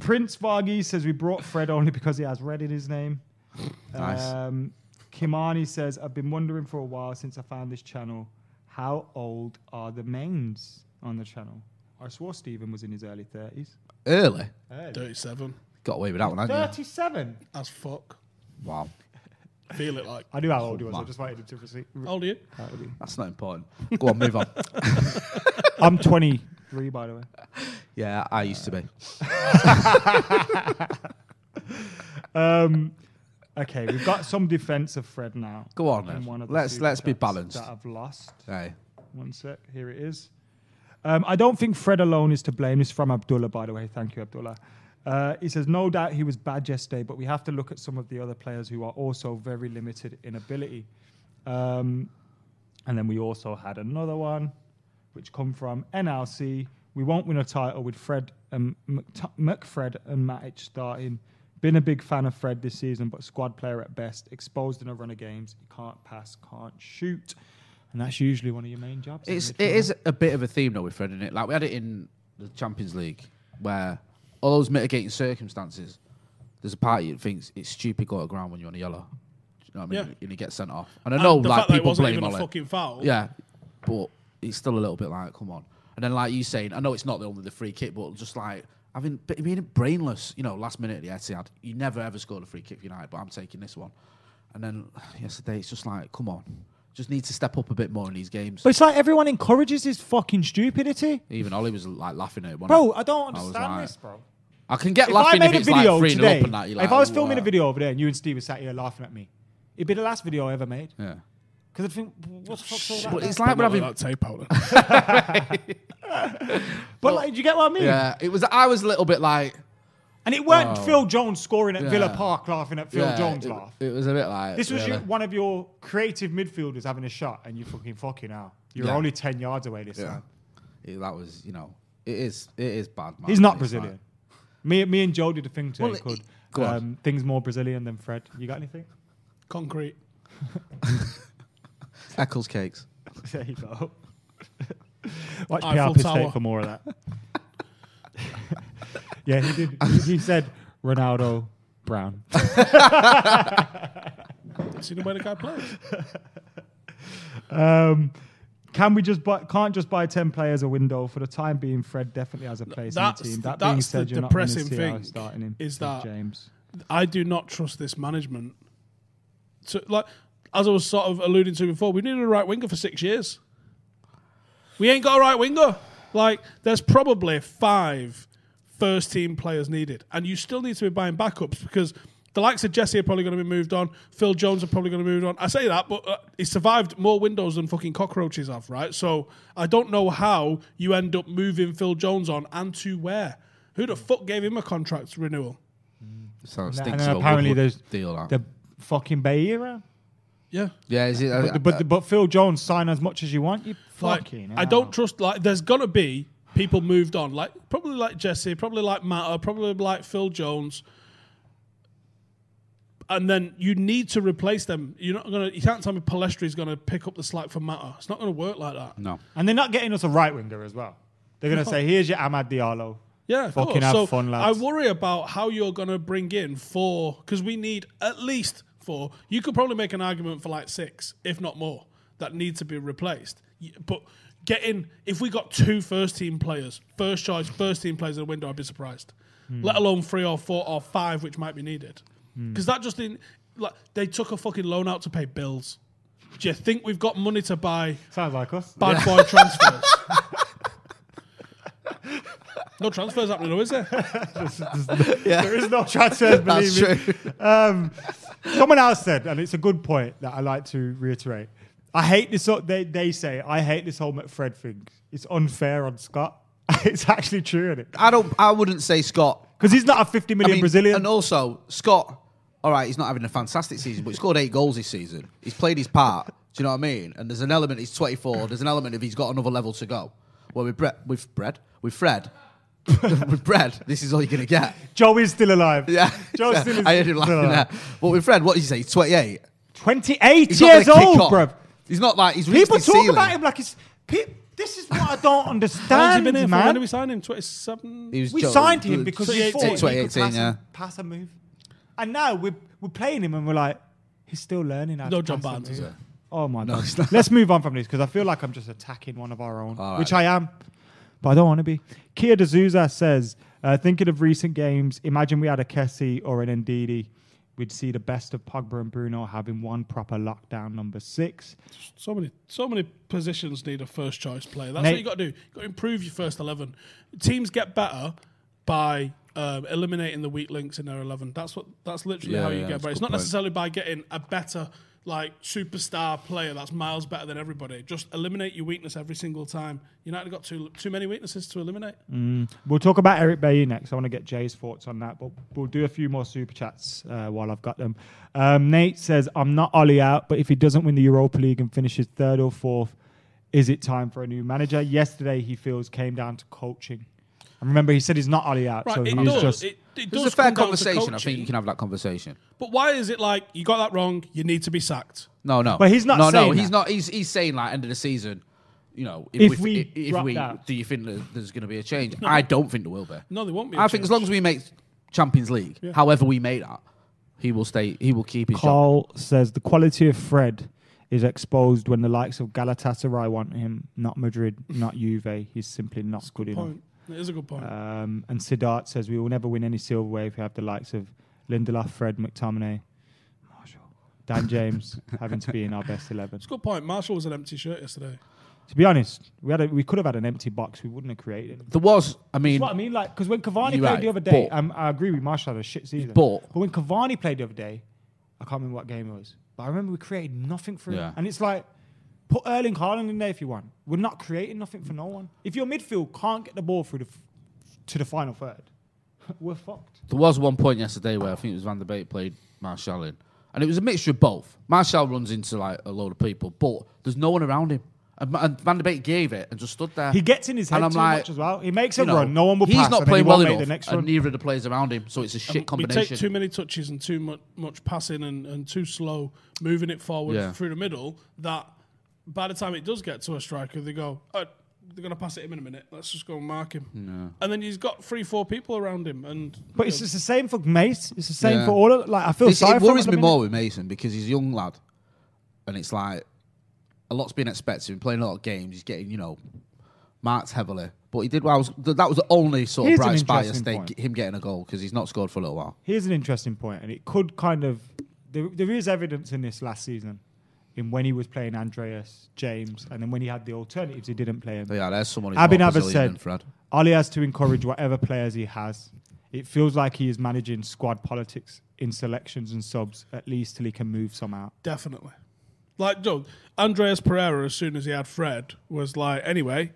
Speaker 3: Prince Varghese says we brought Fred only because he has red in his name.
Speaker 4: Nice.
Speaker 3: Um, Kimani says I've been wondering for a while since I found this channel, how old are the mains on the channel? I swore Stephen was in his early thirties.
Speaker 4: Early.
Speaker 2: Thirty-seven.
Speaker 4: Got away with that one, hadn't
Speaker 3: Thirty-seven.
Speaker 2: As fuck.
Speaker 4: you? Wow.
Speaker 2: Feel it like.
Speaker 3: I knew how old he was. I
Speaker 4: man.
Speaker 3: just wanted him to Uh, receive.
Speaker 2: How old are you?
Speaker 4: That's not important. Go on, move on. *laughs*
Speaker 3: I'm 23, by the way.
Speaker 4: Yeah, I used to be.
Speaker 3: Um, okay, we've got some defense of Fred now.
Speaker 4: Go on,
Speaker 3: And
Speaker 4: then.
Speaker 3: one of the
Speaker 4: Let's-
Speaker 3: super
Speaker 4: let's be
Speaker 3: chats
Speaker 4: balanced.
Speaker 3: That I've lost.
Speaker 4: Hey.
Speaker 3: One sec. Here it is. Um, I don't think Fred alone is to blame. This is from Abdullah, by the way. Thank you, Abdullah. Uh, he says, no doubt he was bad yesterday, but we have to look at some of the other players who are also very limited in ability. Um, and then we also had another one, which come from NLC. We won't win a title with Fred and McT- McFred and Matic starting. Been a big fan of Fred this season, but squad player at best. Exposed in a run of games. He can't pass, can't shoot. And that's usually one of your main jobs.
Speaker 4: It's
Speaker 3: isn't
Speaker 4: it
Speaker 3: Trevor?
Speaker 4: is a bit of a theme though with Fred, isn't it? Like we had it in the Champions League where all those mitigating circumstances, there's a part of you that thinks it's stupid going to ground when you're on a yellow. Do you know what I mean?
Speaker 2: Yeah.
Speaker 4: And you get sent off. And I know
Speaker 2: the
Speaker 4: like
Speaker 2: fact that it
Speaker 4: people
Speaker 2: wasn't
Speaker 4: blame
Speaker 2: even a
Speaker 4: Ole.
Speaker 2: fucking foul.
Speaker 4: Yeah, but it's still a little bit like, come on. And then, like you saying, I know it's not the only the free kick, but just like having b- being brainless, you know, last minute at the Etihad, you *sighs* never ever scored a free kick for United, but I'm taking this one. And then yesterday, it's just like, come on, Just needs to step up a bit more in these games.
Speaker 3: But it's like everyone encourages his fucking stupidity.
Speaker 4: Even Ollie was like laughing at it. wasn't
Speaker 3: Bro,
Speaker 4: he?
Speaker 3: I don't
Speaker 4: was
Speaker 3: understand
Speaker 4: like-
Speaker 3: this, bro.
Speaker 4: I can get
Speaker 3: If I
Speaker 4: laughing
Speaker 3: made
Speaker 4: if
Speaker 3: a
Speaker 4: it's like
Speaker 3: video
Speaker 4: three
Speaker 3: today,
Speaker 4: up and that. You're like,
Speaker 3: if I was
Speaker 4: "Oh,
Speaker 3: filming a
Speaker 4: uh,
Speaker 3: video over there and you and Steve were sat here laughing at me, it'd be the last video I ever made.
Speaker 4: yeah.
Speaker 3: Because I'd think, what the fuck's all that?
Speaker 4: But
Speaker 3: about?
Speaker 4: it's like we're
Speaker 2: Not
Speaker 4: having
Speaker 2: that tape out.
Speaker 3: But like, do you get what I mean?
Speaker 4: Yeah, it was. I was a little bit like
Speaker 3: And it weren't
Speaker 4: Oh.
Speaker 3: Phil Jones scoring at Villa
Speaker 4: Yeah.
Speaker 3: Park laughing at Phil
Speaker 4: yeah,
Speaker 3: Jones
Speaker 4: it,
Speaker 3: laugh.
Speaker 4: It was a bit like
Speaker 3: This was you,
Speaker 4: really.
Speaker 3: one of your creative midfielders having a shot, and you fucking fucking out. You're
Speaker 4: Yeah.
Speaker 3: only ten yards away this
Speaker 4: Yeah,
Speaker 3: time.
Speaker 4: It- that was you know it is it is bad. Man.
Speaker 3: He's not
Speaker 4: It's
Speaker 3: Brazilian. Me, me and Joe did a thing today
Speaker 4: Well, it-
Speaker 3: called
Speaker 4: go on.
Speaker 3: um, "Things More Brazilian Than Fred." You got anything?
Speaker 2: Concrete.
Speaker 4: Like, Eccles cakes.
Speaker 3: *laughs* There you go.
Speaker 2: *laughs*
Speaker 3: Watch
Speaker 2: Eiffel
Speaker 3: Piaf piss
Speaker 2: Tower.
Speaker 3: take for more
Speaker 2: *laughs*
Speaker 3: of that. yeah, he did. He said Ronaldo Brown.
Speaker 2: See the way the guy plays.
Speaker 3: Um, *laughs* can we just buy, can't just buy ten players a window for the time being? Fred definitely has a place
Speaker 2: That's-
Speaker 3: in the team. That
Speaker 2: that's
Speaker 3: being said,
Speaker 2: the
Speaker 3: you're not gonna
Speaker 2: depressing
Speaker 3: see how
Speaker 2: thing,
Speaker 3: starting him
Speaker 2: is
Speaker 3: with
Speaker 2: that-
Speaker 3: James?
Speaker 2: I do not trust this management. So, like, as I was sort of alluding to before, we needed a right winger for six years. We ain't got a right winger. Like, there's probably five first team players needed, and you still need to be buying backups because the likes of Jesse are probably going to be moved on. Phil Jones are probably going to be moved on. I say that, but uh, he survived more windows than fucking cockroaches have, right? So I don't know how you end up moving Phil Jones on and to where. Who the fuck gave him a contract renewal?
Speaker 4: So it
Speaker 3: And,
Speaker 4: stinks
Speaker 3: then
Speaker 4: of a
Speaker 3: apparently
Speaker 4: Woodward
Speaker 3: there's
Speaker 4: deal. that.
Speaker 3: the fucking Bayera.
Speaker 2: Yeah.
Speaker 4: yeah, is it? uh,
Speaker 3: But, but, but Phil Jones sign as much as you want. You
Speaker 2: Like,
Speaker 3: fucking.
Speaker 2: I
Speaker 3: hell.
Speaker 2: don't trust. Like, there's gonna be people moved on. Like, probably like Jesse, probably like Matter, probably like Phil Jones. And then you need to replace them. You're not gonna. You can't tell me Palestri's gonna pick up the slack for Matter. It's not gonna work like that.
Speaker 4: no,
Speaker 3: And they're not getting us a right winger as well. They're gonna say, "Here's your Ahmad
Speaker 2: *laughs*
Speaker 3: Diallo."
Speaker 2: Yeah, of
Speaker 3: Fucking
Speaker 2: course.
Speaker 3: have
Speaker 2: so
Speaker 3: fun, lads.
Speaker 2: I worry about how you're going to bring in four because we need at least four. You could probably make an argument for like six, if not more, that need to be replaced. Y- But getting if we got two first team players, first choice first team players in the window, I'd be surprised.
Speaker 3: Hmm.
Speaker 2: Let alone three or four or five, which might be needed. Because that just in like they took a fucking loan out to pay bills. Do you think we've got money to buy
Speaker 3: Sounds like us.
Speaker 2: bad boy transfers?
Speaker 4: *laughs*
Speaker 2: no transfers happening, though, is there?
Speaker 3: There is no transfers, believe
Speaker 4: that's
Speaker 3: me.
Speaker 4: true.
Speaker 3: *laughs* Um, someone else said, and it's a good point that I like to reiterate. I hate this. uh, They, they say I hate this whole McFred thing. It's unfair on Scott. *laughs* it's actually true, is it?
Speaker 4: I don't. I wouldn't say Scott.
Speaker 3: Because he's not a fifty
Speaker 4: I
Speaker 3: million
Speaker 4: mean,
Speaker 3: Brazilian.
Speaker 4: and also Scott. All right, he's not having a fantastic season, but he scored eight goals this season. He's played his part. Do you know what I mean? And there's an element. He's 24. There's an element of he's got another level to go. Well, with Brett, with Brett, with Fred, *laughs* with Brett, this is all you're gonna get. *laughs*
Speaker 3: Joe is still alive. *laughs*
Speaker 4: Yeah, *laughs*
Speaker 3: Joe still is.
Speaker 4: I heard him laughing
Speaker 3: still alive.
Speaker 4: there. But with Fred, what did you say? He's 28.
Speaker 3: Twenty-eight
Speaker 4: He's
Speaker 3: years
Speaker 4: not gonna kick
Speaker 3: old,
Speaker 4: on.
Speaker 3: bruv.
Speaker 4: He's not like he's reached
Speaker 3: People
Speaker 4: his
Speaker 3: talk
Speaker 4: ceiling.
Speaker 3: about him like it's. Pe- this is what I don't
Speaker 2: How long's he been here
Speaker 3: understand,
Speaker 2: for? When
Speaker 3: man.
Speaker 2: did we sign him? 27?
Speaker 4: He was
Speaker 3: We
Speaker 4: joking.
Speaker 3: signed him because we
Speaker 2: 2018.
Speaker 3: thought he could
Speaker 4: 2018,
Speaker 3: pass,
Speaker 4: yeah.
Speaker 3: a, pass a move. And now we're, we're playing him and we're like, he's still learning how
Speaker 2: No
Speaker 3: to
Speaker 2: John
Speaker 3: pass a
Speaker 2: Barnes,
Speaker 3: move.
Speaker 2: is it?
Speaker 3: Oh my
Speaker 4: No,
Speaker 3: God.
Speaker 4: it's not.
Speaker 3: Let's move on from this because I feel like I'm just attacking one of our own,
Speaker 4: All right.
Speaker 3: which I am, but I don't want to be. Kia D'Souza says, uh, thinking of recent games, imagine we had a Kessie or an Ndidi. We'd see the best of Pogba and Bruno having one proper lockdown number six.
Speaker 2: So many, so many positions need a first choice player. That's
Speaker 3: Nate-
Speaker 2: what you got to do. You got to improve your first eleven. Teams get better by um, eliminating the weak links in their eleven. That's what. That's literally
Speaker 4: Yeah,
Speaker 2: how you
Speaker 4: yeah,
Speaker 2: get
Speaker 4: that's a
Speaker 2: better. It's
Speaker 4: good
Speaker 2: not
Speaker 4: point.
Speaker 2: necessarily by getting a better like superstar player that's miles better than everybody. Just eliminate your weakness every single time. United got too too many weaknesses to eliminate.
Speaker 3: We'll talk about Eric Bailly next. I want to get Jay's thoughts on that, but we'll do a few more super chats uh, while I've got them. Um, Nate says, "I'm not Ollie out, but if he doesn't win the Europa League and finishes third or fourth, is it time for a new manager?" Yesterday, he feels came down to coaching. And remember, he said he's not Ollie out,
Speaker 2: Right,
Speaker 3: so he
Speaker 2: it
Speaker 3: was
Speaker 2: does.
Speaker 3: just
Speaker 2: it, it does.
Speaker 4: It's a fair
Speaker 2: come down to
Speaker 4: conversation. I
Speaker 2: coaching.
Speaker 4: think you can have that conversation.
Speaker 2: But why is it like you got that wrong? You need to be sacked.
Speaker 4: No, no.
Speaker 3: But he's not
Speaker 4: No, no.
Speaker 3: saying
Speaker 4: He's
Speaker 3: that.
Speaker 4: not. He's he's saying like end of the season. You know,
Speaker 3: If we
Speaker 4: i- if
Speaker 3: dropped
Speaker 4: we
Speaker 3: out.
Speaker 4: do you think that there's going to be a change? I don't think there will be.
Speaker 2: No, there won't be a
Speaker 4: I think as
Speaker 2: change.
Speaker 4: long as we make Champions League, however we make that, he will stay. He will keep his job.
Speaker 3: Carl says the quality of Fred is exposed when the likes of Galatasaray want him, not Madrid, not Juve. He's simply not good enough.
Speaker 2: Point. It is a good point.
Speaker 3: Um, and Siddharth says we will never win any silverware if we have the likes of Lindelof, Fred, McTominay, Marshall, *laughs* Dan James having to be in our best 11.
Speaker 2: It's a good point. Marshall was an empty shirt yesterday.
Speaker 3: To be honest, we had a, we could have had an empty box. We wouldn't have created it.
Speaker 4: There was, I mean,
Speaker 3: That's what I mean. Like, because when Cavani
Speaker 4: You're
Speaker 3: played
Speaker 4: right,
Speaker 3: the other day,
Speaker 4: but-
Speaker 3: um, I agree with Marshall had a shit season.
Speaker 4: But-
Speaker 3: when Cavani played the other day, I can't remember what game it was. But I remember we created nothing for him.
Speaker 4: Yeah.
Speaker 3: And it's like, put Erling Haaland in there if you want. We're not creating nothing for no one. If your midfield can't get the ball through the f- to the final third, *laughs* we're fucked.
Speaker 4: There was one point yesterday where I think it was Van der Beek played Marshall in, and it was a mixture of both. Marshall runs into like a load of people, but there's no one around him. And, and Van der Beek gave it and just stood there.
Speaker 3: He gets in his head
Speaker 4: and I'm
Speaker 3: too
Speaker 4: like,
Speaker 3: much as well. He makes a
Speaker 4: you know,
Speaker 3: run, no one will
Speaker 4: He's
Speaker 3: pass,
Speaker 4: not
Speaker 3: and then
Speaker 4: playing
Speaker 3: he won't
Speaker 4: well
Speaker 3: make
Speaker 4: enough,
Speaker 3: the next
Speaker 4: and
Speaker 3: run.
Speaker 4: neither of the players around him. So it's a shit
Speaker 2: We take too
Speaker 4: combination.
Speaker 2: many touches and too much, much passing and, and too slow moving it forward
Speaker 4: Yeah.
Speaker 2: through the middle that by the time it does get to a striker, they go, oh, they're going to pass it him in a minute. Let's just go and mark him. And then he's got three, four people around him. And
Speaker 3: But it's just the same for Mace. It's the same
Speaker 4: Yeah.
Speaker 3: for all of like I feel
Speaker 4: This-
Speaker 3: sorry
Speaker 4: it
Speaker 3: for him
Speaker 4: worries
Speaker 3: at
Speaker 4: me
Speaker 3: the
Speaker 4: more with Mason because he's a young lad, and it's like a lot's been expected. Him playing a lot of games, he's getting you know marked heavily. But he did. Well, I was, th- that was the only sort
Speaker 3: Here's
Speaker 4: of
Speaker 3: an
Speaker 4: bright spot
Speaker 3: interesting
Speaker 4: yesterday.
Speaker 3: point.
Speaker 4: g- Him getting a goal because he's not scored for a little while.
Speaker 3: Here's an interesting point, and it could kind of there, there is evidence in this last season, in when he was playing Andreas James, and then when he had the alternatives, he didn't play him.
Speaker 4: So yeah, there's someone. Who's
Speaker 3: Abin
Speaker 4: more
Speaker 3: Abbas
Speaker 4: Brazilian
Speaker 3: said
Speaker 4: than Fred.
Speaker 3: Ali has to encourage whatever players he has. It feels like he is managing squad politics in selections and subs at least till he can move some out.
Speaker 2: definitely. Like, Joe, Andreas Pereira, as soon as he had Fred, was like, anyway,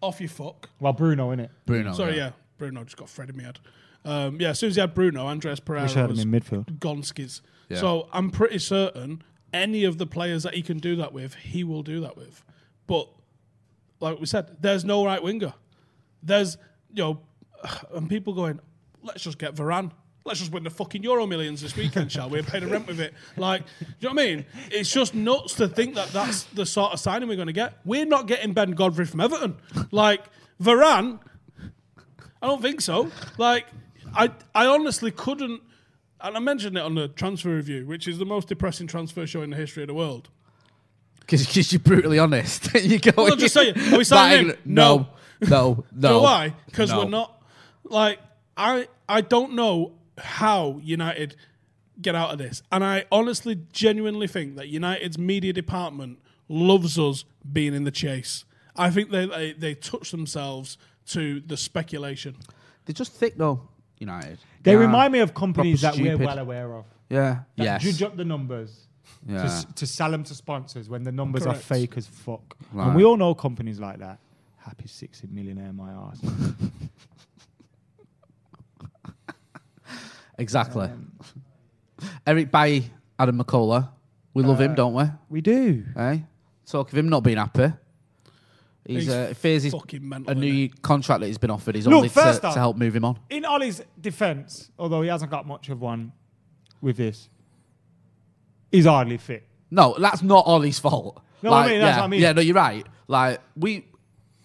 Speaker 2: off you fuck.
Speaker 3: Well, Bruno, innit?
Speaker 4: Bruno.
Speaker 2: Sorry, yeah. Bruno just got Fred in my head. Um, yeah, as soon as he had Bruno, Andres Pereira
Speaker 3: Wish I had
Speaker 2: was
Speaker 3: him in midfield.
Speaker 2: Gonskis.
Speaker 4: Yeah.
Speaker 2: So I'm pretty certain any of the players that he can do that with, he will do that with. But like we said, there's no right winger. There's you know, *sighs* and people going, let's just get Varane. Let's just win the fucking Euro millions this weekend, shall we? And pay the rent with it. Like, do you know what I mean? It's just nuts to think that that's the sort of signing we're going to get. We're not getting Ben Godfrey from Everton. Like, Varane, I don't think so. Like, I, I honestly couldn't. And I mentioned it on the transfer review, which is the most depressing transfer show in the history of the world.
Speaker 4: Because you're brutally honest. *laughs* you go.
Speaker 2: Well, just say, are we
Speaker 4: *laughs*
Speaker 2: signing him?
Speaker 4: No,
Speaker 2: *laughs* Do
Speaker 4: no, no.
Speaker 2: you know why? Because
Speaker 4: No.
Speaker 2: we're not like I. I don't know how United get out of this, and I honestly, genuinely think that United's media department loves us being in the chase. I think they they, they touch themselves to the speculation.
Speaker 4: They're just thick though. United.
Speaker 3: They
Speaker 4: Yeah.
Speaker 3: remind me of companies that
Speaker 4: Proper
Speaker 3: we're
Speaker 4: stupid.
Speaker 3: well aware of.
Speaker 4: Yeah.
Speaker 3: That
Speaker 4: Yes.
Speaker 3: Judge up the numbers. to,
Speaker 4: yeah.
Speaker 3: s- to sell them to sponsors when the numbers are
Speaker 2: Correct.
Speaker 3: fake as fuck.
Speaker 4: Right.
Speaker 3: And we all know companies like that. Happy 60 millionaire, my ass.
Speaker 4: Exactly.
Speaker 2: Um,
Speaker 4: *laughs* Eric Bailly, Adam McCullough. We love
Speaker 2: Uh,
Speaker 4: him, don't we?
Speaker 3: *laughs* we do.
Speaker 4: Eh? Talk of him not being happy. He's,
Speaker 2: He's
Speaker 4: uh, fears he's
Speaker 2: fucking mental,
Speaker 4: a new contract that he's been offered. He's
Speaker 3: Look,
Speaker 4: only to,
Speaker 3: first
Speaker 4: to
Speaker 3: off-
Speaker 4: help move him on.
Speaker 3: In Ollie's defense, although he hasn't got much of one with this, he's hardly fit.
Speaker 4: No, that's not Ollie's fault.
Speaker 3: No, I
Speaker 4: like,
Speaker 3: mean,
Speaker 4: yeah,
Speaker 3: that's what I mean.
Speaker 4: Yeah, no, you're right. Like we,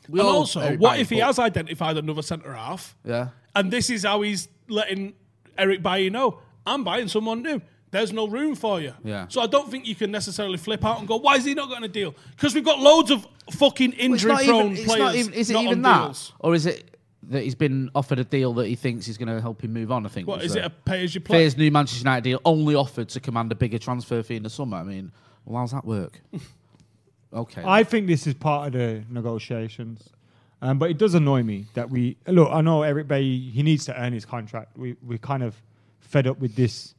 Speaker 4: we
Speaker 2: And
Speaker 4: all
Speaker 2: also,
Speaker 4: Eric
Speaker 2: what
Speaker 4: Bailly,
Speaker 2: if he
Speaker 4: but-
Speaker 2: has identified another centre half?
Speaker 4: Yeah.
Speaker 2: And this is how he's letting Eric Bailly know I'm buying someone new. There's no room for you.
Speaker 4: Yeah.
Speaker 2: So I don't think you can necessarily flip out and go, why is he not getting a deal? Because we've got loads of fucking
Speaker 4: It's
Speaker 2: injury
Speaker 4: not
Speaker 2: prone
Speaker 4: even, it's
Speaker 2: players.
Speaker 4: not even, is it
Speaker 2: not
Speaker 4: even
Speaker 2: on
Speaker 4: that,
Speaker 2: Deals.
Speaker 4: or is it that he's been offered a deal that he thinks is going to help him move on? I think.
Speaker 2: What
Speaker 4: was
Speaker 2: is
Speaker 4: the-
Speaker 2: it? A pay as you play?
Speaker 4: Fair's new Manchester United deal only offered to command a bigger transfer fee in the summer. I mean, well, how's
Speaker 3: *laughs*
Speaker 4: that work? okay.
Speaker 3: I think this is part of the negotiations. Um, but it does annoy me that we look. I know Eric Bay he needs to earn his contract. We we're kind of fed up with this,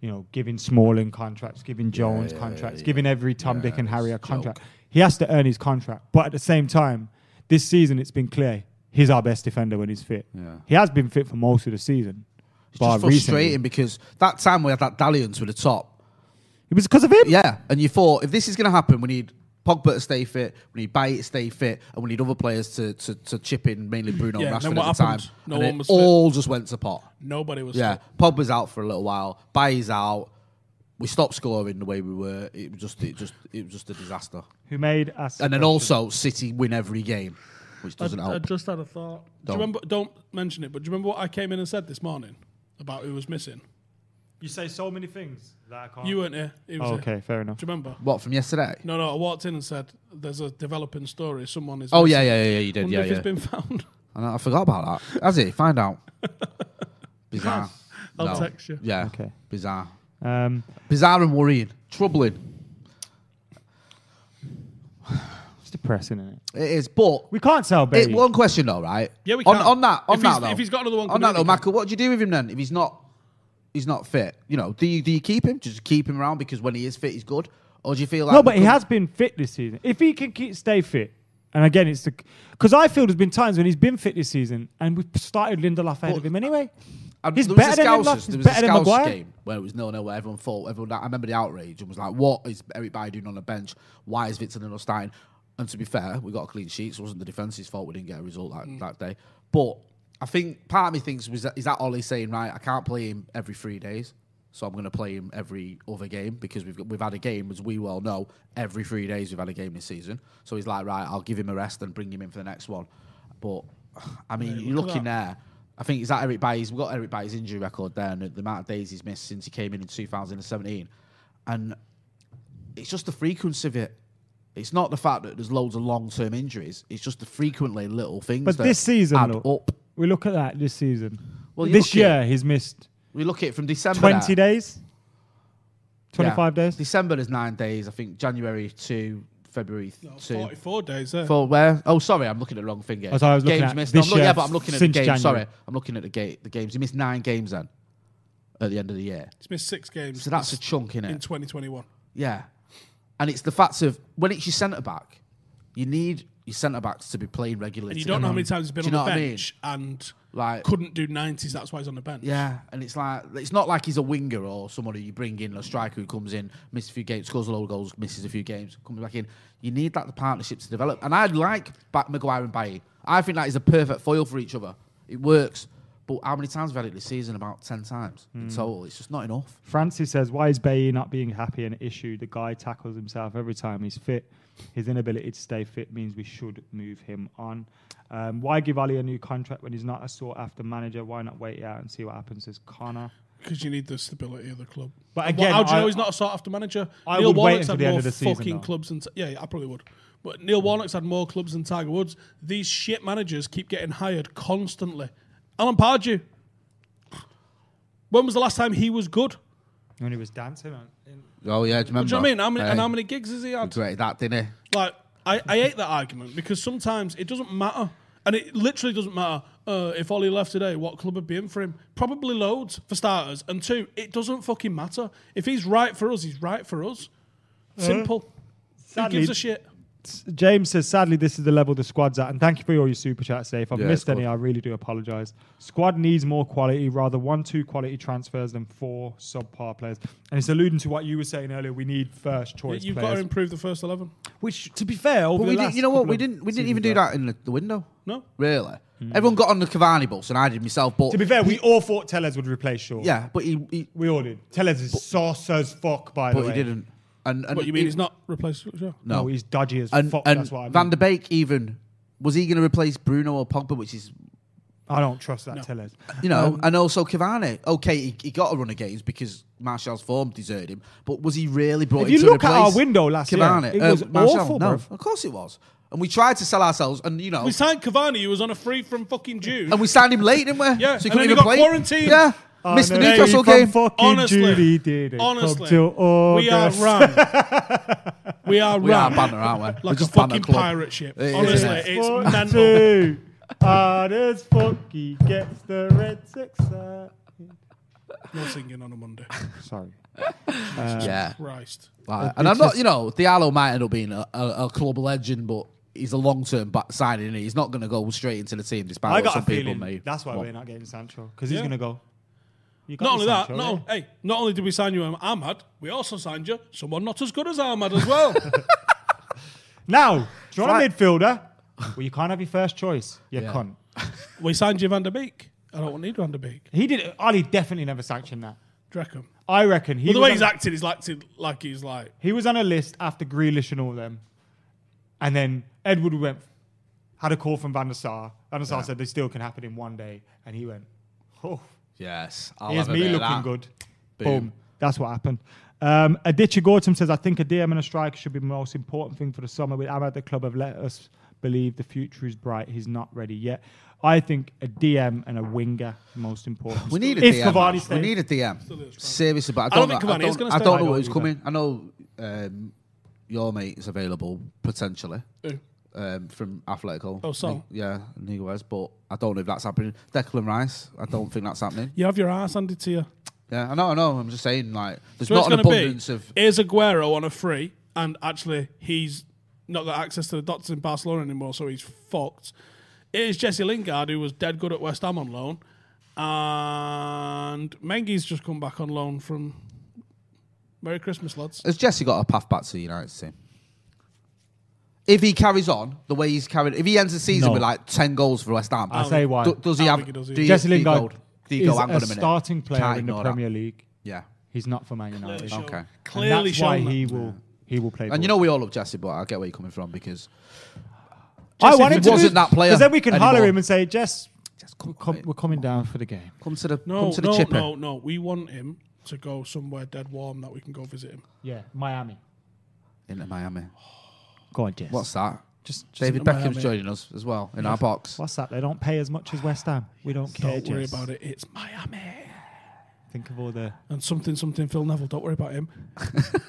Speaker 3: you know, giving Smalling contracts, giving Jones
Speaker 4: yeah,
Speaker 3: contracts,
Speaker 4: yeah.
Speaker 3: giving every Tom, Dick, and
Speaker 4: it's
Speaker 3: Harry
Speaker 4: a
Speaker 3: a contract.
Speaker 4: joke.
Speaker 3: He has to earn his contract. But at the same time, this season it's been clear he's our best defender when he's fit.
Speaker 4: Yeah.
Speaker 3: He has been fit for most of the season.
Speaker 4: it's
Speaker 3: bar
Speaker 4: just frustrating
Speaker 3: recently.
Speaker 4: because that time we had that dalliance with the top.
Speaker 3: It was because of him.
Speaker 4: Yeah, and you thought if this is going to happen, we need Pogba to stay fit, we need Baye to stay fit, and we need other players to, to, to chip in, mainly Bruno
Speaker 2: Yeah,
Speaker 4: and
Speaker 2: then
Speaker 4: Rashford
Speaker 2: what
Speaker 4: at the time.
Speaker 2: happened? No
Speaker 4: and
Speaker 2: one
Speaker 4: it
Speaker 2: was fit.
Speaker 4: all just went to pot.
Speaker 2: Nobody was.
Speaker 4: Yeah,
Speaker 2: fit.
Speaker 4: Pogba's out for a little while. Baye's out. We stopped scoring the way we were. It was just, it just, it was just a disaster.
Speaker 3: Who made us?
Speaker 4: And then also, City win every game, which doesn't
Speaker 2: I,
Speaker 4: help.
Speaker 2: I just had a thought. Do
Speaker 4: Don't.
Speaker 2: you remember? Don't mention it. But do you remember what I came in and said this morning about who was missing?
Speaker 3: you say so many things that I can't.
Speaker 2: You weren't here. He was
Speaker 3: oh,
Speaker 2: here.
Speaker 3: okay, fair enough.
Speaker 2: Do you remember?
Speaker 4: What from yesterday?
Speaker 2: No, no. I walked in and said, "There's a developing story. Someone is."
Speaker 4: Oh
Speaker 2: missing.
Speaker 4: yeah, yeah, yeah, yeah, you did.
Speaker 2: Wonder
Speaker 4: Yeah,
Speaker 2: if
Speaker 4: yeah.
Speaker 2: it's been found.
Speaker 4: And I forgot about
Speaker 2: *laughs*
Speaker 4: that. Has he? Find out. Bizarre.
Speaker 2: I'll
Speaker 4: No.
Speaker 2: text you.
Speaker 4: Yeah.
Speaker 3: Okay.
Speaker 4: Bizarre.
Speaker 3: Um,
Speaker 4: Bizarre and worrying. Troubling.
Speaker 3: it's depressing, isn't it?
Speaker 4: It is. But
Speaker 3: We can't sell
Speaker 4: it,
Speaker 3: Bailey.
Speaker 4: one question though, right?
Speaker 2: Yeah, we
Speaker 4: on,
Speaker 2: can.
Speaker 4: on that. On
Speaker 2: If
Speaker 4: that
Speaker 2: he's-
Speaker 4: though,
Speaker 2: if he's got another one
Speaker 4: on
Speaker 2: coming
Speaker 4: that
Speaker 2: in,
Speaker 4: though,
Speaker 2: we can.
Speaker 4: Michael, what do you do with him then? If he's not, he's not fit. You know, do you do you keep him? Just keep him around because when he is fit, he's good. Or do you feel like
Speaker 3: no, but he
Speaker 4: could-
Speaker 3: has been fit this season. If he can keep, stay fit, and again, it's the because I feel there's been times when he's been fit this season, and we've started Lindelof ahead of him anyway.
Speaker 4: And
Speaker 3: He's
Speaker 4: uh, um, there was
Speaker 3: better
Speaker 4: a
Speaker 3: than him,
Speaker 4: Scousers-
Speaker 3: lad. He's
Speaker 4: There was a
Speaker 3: better than
Speaker 4: Scousers
Speaker 3: Maguire.
Speaker 4: game where it was nil nil. Where everyone thought everyone. I remember the outrage and was like, "What is Eric Bailly doing on the bench? Why is Victor not starting?" And to be fair, we got a clean sheet. So it wasn't the defense's fault we didn't get a result that, that day. But I think part of me thinks was that, is that Ollie saying, "Right, I can't play him every three days." So I'm going to play him every other game because we've got, we've had a game as we well know every three days we've had a game this season. So he's like, right, I'll give him a rest and bring him in for the next one. But I mean, you're looking there. I think is that Eric Bailly's. We've got Eric Bailly's injury record there, and the amount of days he's missed since he came in in 2017, and it's just the frequency of it. It's not the fact that there's loads of long-term injuries. It's just the frequently little things.
Speaker 3: But
Speaker 4: that
Speaker 3: this season,
Speaker 4: add
Speaker 3: look,
Speaker 4: up.
Speaker 3: we look at that this season.
Speaker 4: Well, you
Speaker 3: this
Speaker 4: look at-
Speaker 3: year, he's missed
Speaker 4: We look at it from December.
Speaker 3: 20
Speaker 4: there.
Speaker 3: days,
Speaker 4: Yeah.
Speaker 3: 25 days.
Speaker 4: December is nine days. I think January two, February
Speaker 2: No,
Speaker 4: two.
Speaker 2: 44 days eh? there.
Speaker 4: For where? Oh, sorry, I'm looking at the wrong thing. Here.
Speaker 3: Oh, sorry, I was looking
Speaker 4: games
Speaker 3: at
Speaker 4: missed.
Speaker 3: this
Speaker 4: I'm look- yeah,
Speaker 3: year
Speaker 4: but I'm looking at the
Speaker 3: since
Speaker 4: games.
Speaker 3: January.
Speaker 4: Sorry, I'm looking at the gate. The games. He missed nine games then at the end of the year.
Speaker 2: He's missed six games
Speaker 4: So that's a chunk in
Speaker 2: in
Speaker 4: it.
Speaker 2: 2021.
Speaker 4: Yeah, and it's the fact of when it's your centre back, you need your centre backs to be playing regularly.
Speaker 2: And you
Speaker 4: together.
Speaker 2: don't know how many times he's been
Speaker 4: um, Do
Speaker 2: on
Speaker 4: you
Speaker 2: the
Speaker 4: know what I mean?
Speaker 2: bench and
Speaker 4: Like-
Speaker 2: couldn't do 90s. That's why he's on the bench.
Speaker 4: Yeah, and it's like it's not like he's a winger or somebody you bring in a striker who comes in, misses a few games, scores a lot of goals, misses a few games, comes back in. You need that partnership to develop, and I like back Maguire and Bailly. I think that is a perfect foil for each other. It works, but how many times have we had it this season? About ten times
Speaker 2: Hmm.
Speaker 4: in total. It's just not enough.
Speaker 3: Francis says, Why is Bailly not being happy an issue? The guy tackles himself every time he's fit. His inability to stay fit means we should move him on. Um, why give Ali a new contract when he's not a sought after manager? Why not wait it out and see what happens? Says Connor.
Speaker 2: Because you need the stability of the club.
Speaker 3: But
Speaker 2: And
Speaker 3: again,
Speaker 2: what- how do you
Speaker 3: I-
Speaker 2: know he's not a sought after manager?
Speaker 3: I
Speaker 2: Neil
Speaker 3: would wait
Speaker 2: Warnock's
Speaker 3: until
Speaker 2: had
Speaker 3: the end
Speaker 2: more
Speaker 3: of the season,
Speaker 2: fucking
Speaker 3: though.
Speaker 2: clubs than. Ti- Yeah, yeah, I probably would. But Neil Warnock's had more clubs than Tiger Woods. These shit managers keep getting hired constantly. Alan Pardew. When was the last time he was good?
Speaker 3: When he was dancing, on,
Speaker 4: Oh yeah, do you
Speaker 2: Do you know what I mean? How many, and how many gigs has he had?
Speaker 4: that, didn't he?
Speaker 2: Like, I, I hate that argument because sometimes it doesn't matter. And it literally doesn't matter uh, if Ollie left today, what club would be in for him? Probably loads, for starters. And two, it doesn't fucking matter. If he's right for us, he's right for us. Simple.
Speaker 3: Uh, Sadly-
Speaker 2: Who gives a shit?
Speaker 3: James says, sadly, this is the level the squad's at. And thank you for all your super chats today. If I've
Speaker 4: Yeah,
Speaker 3: missed
Speaker 4: squad.
Speaker 3: any, I really do apologise. Squad needs more quality, rather one, two quality transfers than four subpar players. And it's alluding to what you were saying earlier. We need first choice
Speaker 2: You've got to
Speaker 3: players.
Speaker 2: improve the first 11.
Speaker 3: Which, to be fair, over
Speaker 4: But
Speaker 3: the
Speaker 4: we did,
Speaker 3: last
Speaker 4: you know what?
Speaker 3: couple
Speaker 4: We
Speaker 3: of
Speaker 4: didn't. We didn't
Speaker 3: seasons,
Speaker 4: even do
Speaker 3: though.
Speaker 4: that in the, the window.
Speaker 2: No.
Speaker 4: Really? Everyone got on the Cavani bus, and I did myself. But
Speaker 3: To be fair, we all thought Tellez would replace Shaw.
Speaker 4: yeah, but he, he
Speaker 3: We all did. Tellez is sauce as fuck, by
Speaker 4: but
Speaker 3: the
Speaker 4: he
Speaker 3: way.
Speaker 4: didn't. And, and
Speaker 2: What, you mean
Speaker 4: he-
Speaker 2: he's not replaced? Yeah.
Speaker 3: No,
Speaker 4: No.
Speaker 3: he's dodgy as
Speaker 4: and,
Speaker 3: fuck.
Speaker 4: and
Speaker 3: that's what I mean.
Speaker 4: Van der Beek even was he going to replace Bruno or Pogba, which is
Speaker 3: I don't trust that Tellez.
Speaker 4: you know,
Speaker 3: Um,
Speaker 4: and also Cavani. Okay, he, he got a run of games because Martial's form deserted him, but was he really brought?
Speaker 3: If
Speaker 4: in
Speaker 3: you
Speaker 4: to
Speaker 3: look at our
Speaker 4: replace
Speaker 3: window last year,
Speaker 4: Cavani?
Speaker 3: it was
Speaker 4: Uh, Martial,
Speaker 3: awful,
Speaker 4: no,
Speaker 3: bruv.
Speaker 4: of course it was. And we tried to sell ourselves, and you know,
Speaker 2: We signed Cavani, who was on a free from fucking June.
Speaker 4: and we signed him late, didn't we?
Speaker 2: Yeah,
Speaker 4: so he
Speaker 2: and then
Speaker 4: couldn't
Speaker 2: he
Speaker 4: even
Speaker 2: got
Speaker 4: play.
Speaker 2: quarantined.
Speaker 4: Yeah,
Speaker 3: Oh,
Speaker 4: missed the
Speaker 3: no,
Speaker 4: Newcastle
Speaker 3: he from
Speaker 4: game.
Speaker 3: Fucking
Speaker 2: Honestly.
Speaker 3: Judy did it. Come
Speaker 2: Honestly.
Speaker 3: till
Speaker 2: We are
Speaker 3: August.
Speaker 2: ran.
Speaker 3: *laughs*
Speaker 2: we are
Speaker 4: We are
Speaker 2: ran.
Speaker 4: banner, aren't we? We're
Speaker 2: Like a
Speaker 4: just banner
Speaker 2: fucking
Speaker 4: club.
Speaker 2: pirate ship.
Speaker 4: It is,
Speaker 2: Honestly,
Speaker 4: yeah.
Speaker 2: it's mental.
Speaker 3: two. Hard as fuck, he gets the red six. uh,
Speaker 2: No singing on a
Speaker 4: *laughs*
Speaker 2: Monday.
Speaker 3: Sorry.
Speaker 4: Yeah,
Speaker 2: Christ.
Speaker 4: Like, and I'm not, you know, Diallo might end up being a, a, a club legend, but he's a long term back signing. isn't he? He's not going to go straight into the team, despite
Speaker 3: I
Speaker 4: what
Speaker 3: got
Speaker 4: some
Speaker 3: a
Speaker 4: people
Speaker 3: feeling
Speaker 4: may.
Speaker 3: that's why
Speaker 4: want.
Speaker 3: we're not getting Sancho because he's
Speaker 2: Yeah.
Speaker 3: gonna go. You got
Speaker 2: Not
Speaker 3: me
Speaker 2: only that,
Speaker 3: Sancho,
Speaker 2: not,
Speaker 3: innit?
Speaker 2: on- hey, not only did we sign you um, Ahmad, we also signed you someone not as good as Ahmad as
Speaker 3: *laughs*
Speaker 2: well.
Speaker 3: now do you want a midfielder? well, you can't have your first choice. You
Speaker 4: Yeah.
Speaker 3: cunt.
Speaker 2: we signed you Van der Beek. I don't need Van der Beek.
Speaker 3: He did. Ali definitely never sanctioned that.
Speaker 2: Dreckham.
Speaker 3: I reckon he.
Speaker 2: Well, the
Speaker 3: was
Speaker 2: way
Speaker 3: on-
Speaker 2: he's acting, he's acting like he's like,
Speaker 3: He was on a list after Grealish and all them. And then Edward went, had a call from Van der Sar. Van der Sar said they still can happen in one day. And he went, oh,
Speaker 4: Yes, I'll
Speaker 3: here's
Speaker 4: have a
Speaker 3: me
Speaker 4: bit of
Speaker 3: looking
Speaker 4: that.
Speaker 3: good. Boom.
Speaker 4: Boom.
Speaker 3: That's what happened. Um, Aditya Gortum says, I think a DM and a striker should be the most important thing for the summer. With Ahmad, the club have let us believe the future is bright. He's not ready yet. I think a DM and a winger most important.
Speaker 4: We need a
Speaker 3: if
Speaker 4: DM.
Speaker 3: Cavani
Speaker 4: man.
Speaker 3: stays.
Speaker 4: We need a DM. Seriously, but I
Speaker 2: I don't
Speaker 4: don't,
Speaker 2: think
Speaker 4: know. I
Speaker 2: Cavani is
Speaker 4: don't,
Speaker 2: gonna
Speaker 4: I
Speaker 2: stay.
Speaker 4: don't
Speaker 3: I
Speaker 4: know
Speaker 3: don't
Speaker 4: who's
Speaker 3: either.
Speaker 4: coming. I know um, your mate is available potentially
Speaker 2: Who?
Speaker 4: um, from Athletical.
Speaker 2: Oh, Sol.
Speaker 4: Ni- Yeah, Niguez, but I don't know if that's happening. Declan Rice, I don't think that's happening.
Speaker 2: You have your ass handed to you.
Speaker 4: Yeah, I know, I know. I'm just saying, like, there's
Speaker 2: So it's
Speaker 4: not
Speaker 2: going
Speaker 4: an
Speaker 2: to be
Speaker 4: abundance of.
Speaker 2: here's Aguero on a free, and actually he's not got access to the doctors in Barcelona anymore, so he's fucked. Here's Jesse Lingard, who was dead good at West Ham on loan, and Mengi's just come back on loan from. Merry Christmas, lads.
Speaker 4: Has Jesse got a path back to the United team? If he carries on the way he's carried, if he ends the season
Speaker 3: No.
Speaker 4: with like ten goals for West Ham,
Speaker 3: I'll say why.
Speaker 4: do- does he
Speaker 2: I don't think
Speaker 4: have?
Speaker 2: he does
Speaker 4: do
Speaker 2: either.
Speaker 4: you-
Speaker 3: Jesse
Speaker 4: do you
Speaker 3: Lingard
Speaker 4: go- do you
Speaker 3: is
Speaker 4: go, hang on
Speaker 3: a
Speaker 4: minute.
Speaker 3: starting player
Speaker 4: Can't
Speaker 3: in the
Speaker 4: ignore that.
Speaker 3: Premier League.
Speaker 4: Yeah,
Speaker 3: He's not for Man United.
Speaker 2: shown-
Speaker 4: Okay. And
Speaker 2: Clearly
Speaker 3: and that's why
Speaker 2: shown that.
Speaker 3: he will he will play.
Speaker 4: And you
Speaker 3: ball.
Speaker 4: know we all love Jesse, but I get where you're coming from because
Speaker 3: I
Speaker 4: Jesse
Speaker 3: want him to
Speaker 4: wasn't
Speaker 3: do-
Speaker 4: that player
Speaker 3: 'cause then we can holler
Speaker 4: anymore.
Speaker 3: him and say, Jess,
Speaker 4: come
Speaker 3: com-
Speaker 4: on,
Speaker 3: we're coming down for the game.
Speaker 4: come to the
Speaker 2: No,
Speaker 4: come to the
Speaker 2: no,
Speaker 4: chipper.
Speaker 2: no, no. We want him to go somewhere dead warm that we can go visit him.
Speaker 3: Yeah, Miami.
Speaker 4: into Miami.
Speaker 3: Go on, Jess.
Speaker 4: What's that?
Speaker 3: just, just
Speaker 4: David
Speaker 2: into
Speaker 4: Beckham's
Speaker 2: Miami.
Speaker 4: joining us as well in our box.
Speaker 3: What's that? They don't pay as much as West Ham. We don't care.
Speaker 2: Don't worry
Speaker 3: Jess.
Speaker 2: about it. It's Miami.
Speaker 3: Think of all the.
Speaker 2: and something something Phil Neville. Don't worry
Speaker 4: *laughs*
Speaker 2: about him.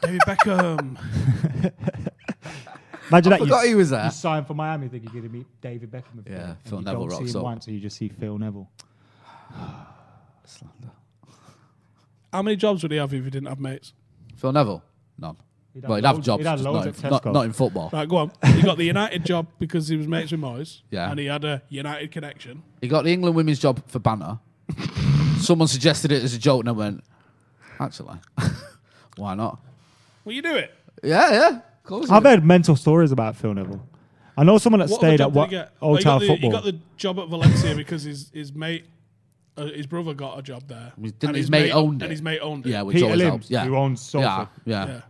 Speaker 2: David Beckham.
Speaker 3: Imagine that.
Speaker 4: forgot
Speaker 3: you,
Speaker 4: he was there.
Speaker 3: You sign for Miami, think you're going to meet David Beckham. every
Speaker 4: Yeah,
Speaker 3: day, and
Speaker 4: Phil
Speaker 3: you
Speaker 4: Neville
Speaker 3: don't
Speaker 4: rocks
Speaker 3: see him
Speaker 4: up.
Speaker 3: Once, and you just see Phil Neville.
Speaker 2: How many jobs would he have if he didn't have mates?
Speaker 4: Phil Neville, none.
Speaker 3: He'd
Speaker 4: Well,
Speaker 3: had
Speaker 4: he'd have
Speaker 3: loads-
Speaker 4: jobs,
Speaker 3: he'd had
Speaker 4: just
Speaker 3: loads
Speaker 4: not,
Speaker 3: at
Speaker 4: in, not,
Speaker 3: Tesco.
Speaker 4: not in football.
Speaker 3: *laughs*
Speaker 2: Right, go on. He got the United job because he was mates with Moyes.
Speaker 4: Yeah.
Speaker 2: And he had a United connection.
Speaker 4: He got the England women's job for banner. Someone suggested it as a joke, and I went, actually, *laughs* why not?
Speaker 2: Will you do it?
Speaker 4: Yeah, yeah. Of course.
Speaker 3: I've heard mental stories about Phil Neville. I know someone that
Speaker 2: What other
Speaker 3: stayed
Speaker 2: job did
Speaker 3: at
Speaker 2: he
Speaker 3: what
Speaker 2: get? Oh,
Speaker 3: Old
Speaker 2: he,
Speaker 3: Town
Speaker 2: got the, he
Speaker 3: Football.
Speaker 2: got the job at Valencia because his his mate, uh, his brother got a job there.
Speaker 4: Didn't his mate owned
Speaker 2: And
Speaker 4: it?
Speaker 2: his mate owned it.
Speaker 4: yeah, which
Speaker 3: Peter
Speaker 4: always
Speaker 3: Lim,
Speaker 4: helps. Yeah,
Speaker 3: who owns
Speaker 4: yeah,
Speaker 3: Salford.
Speaker 4: yeah,
Speaker 2: Yeah.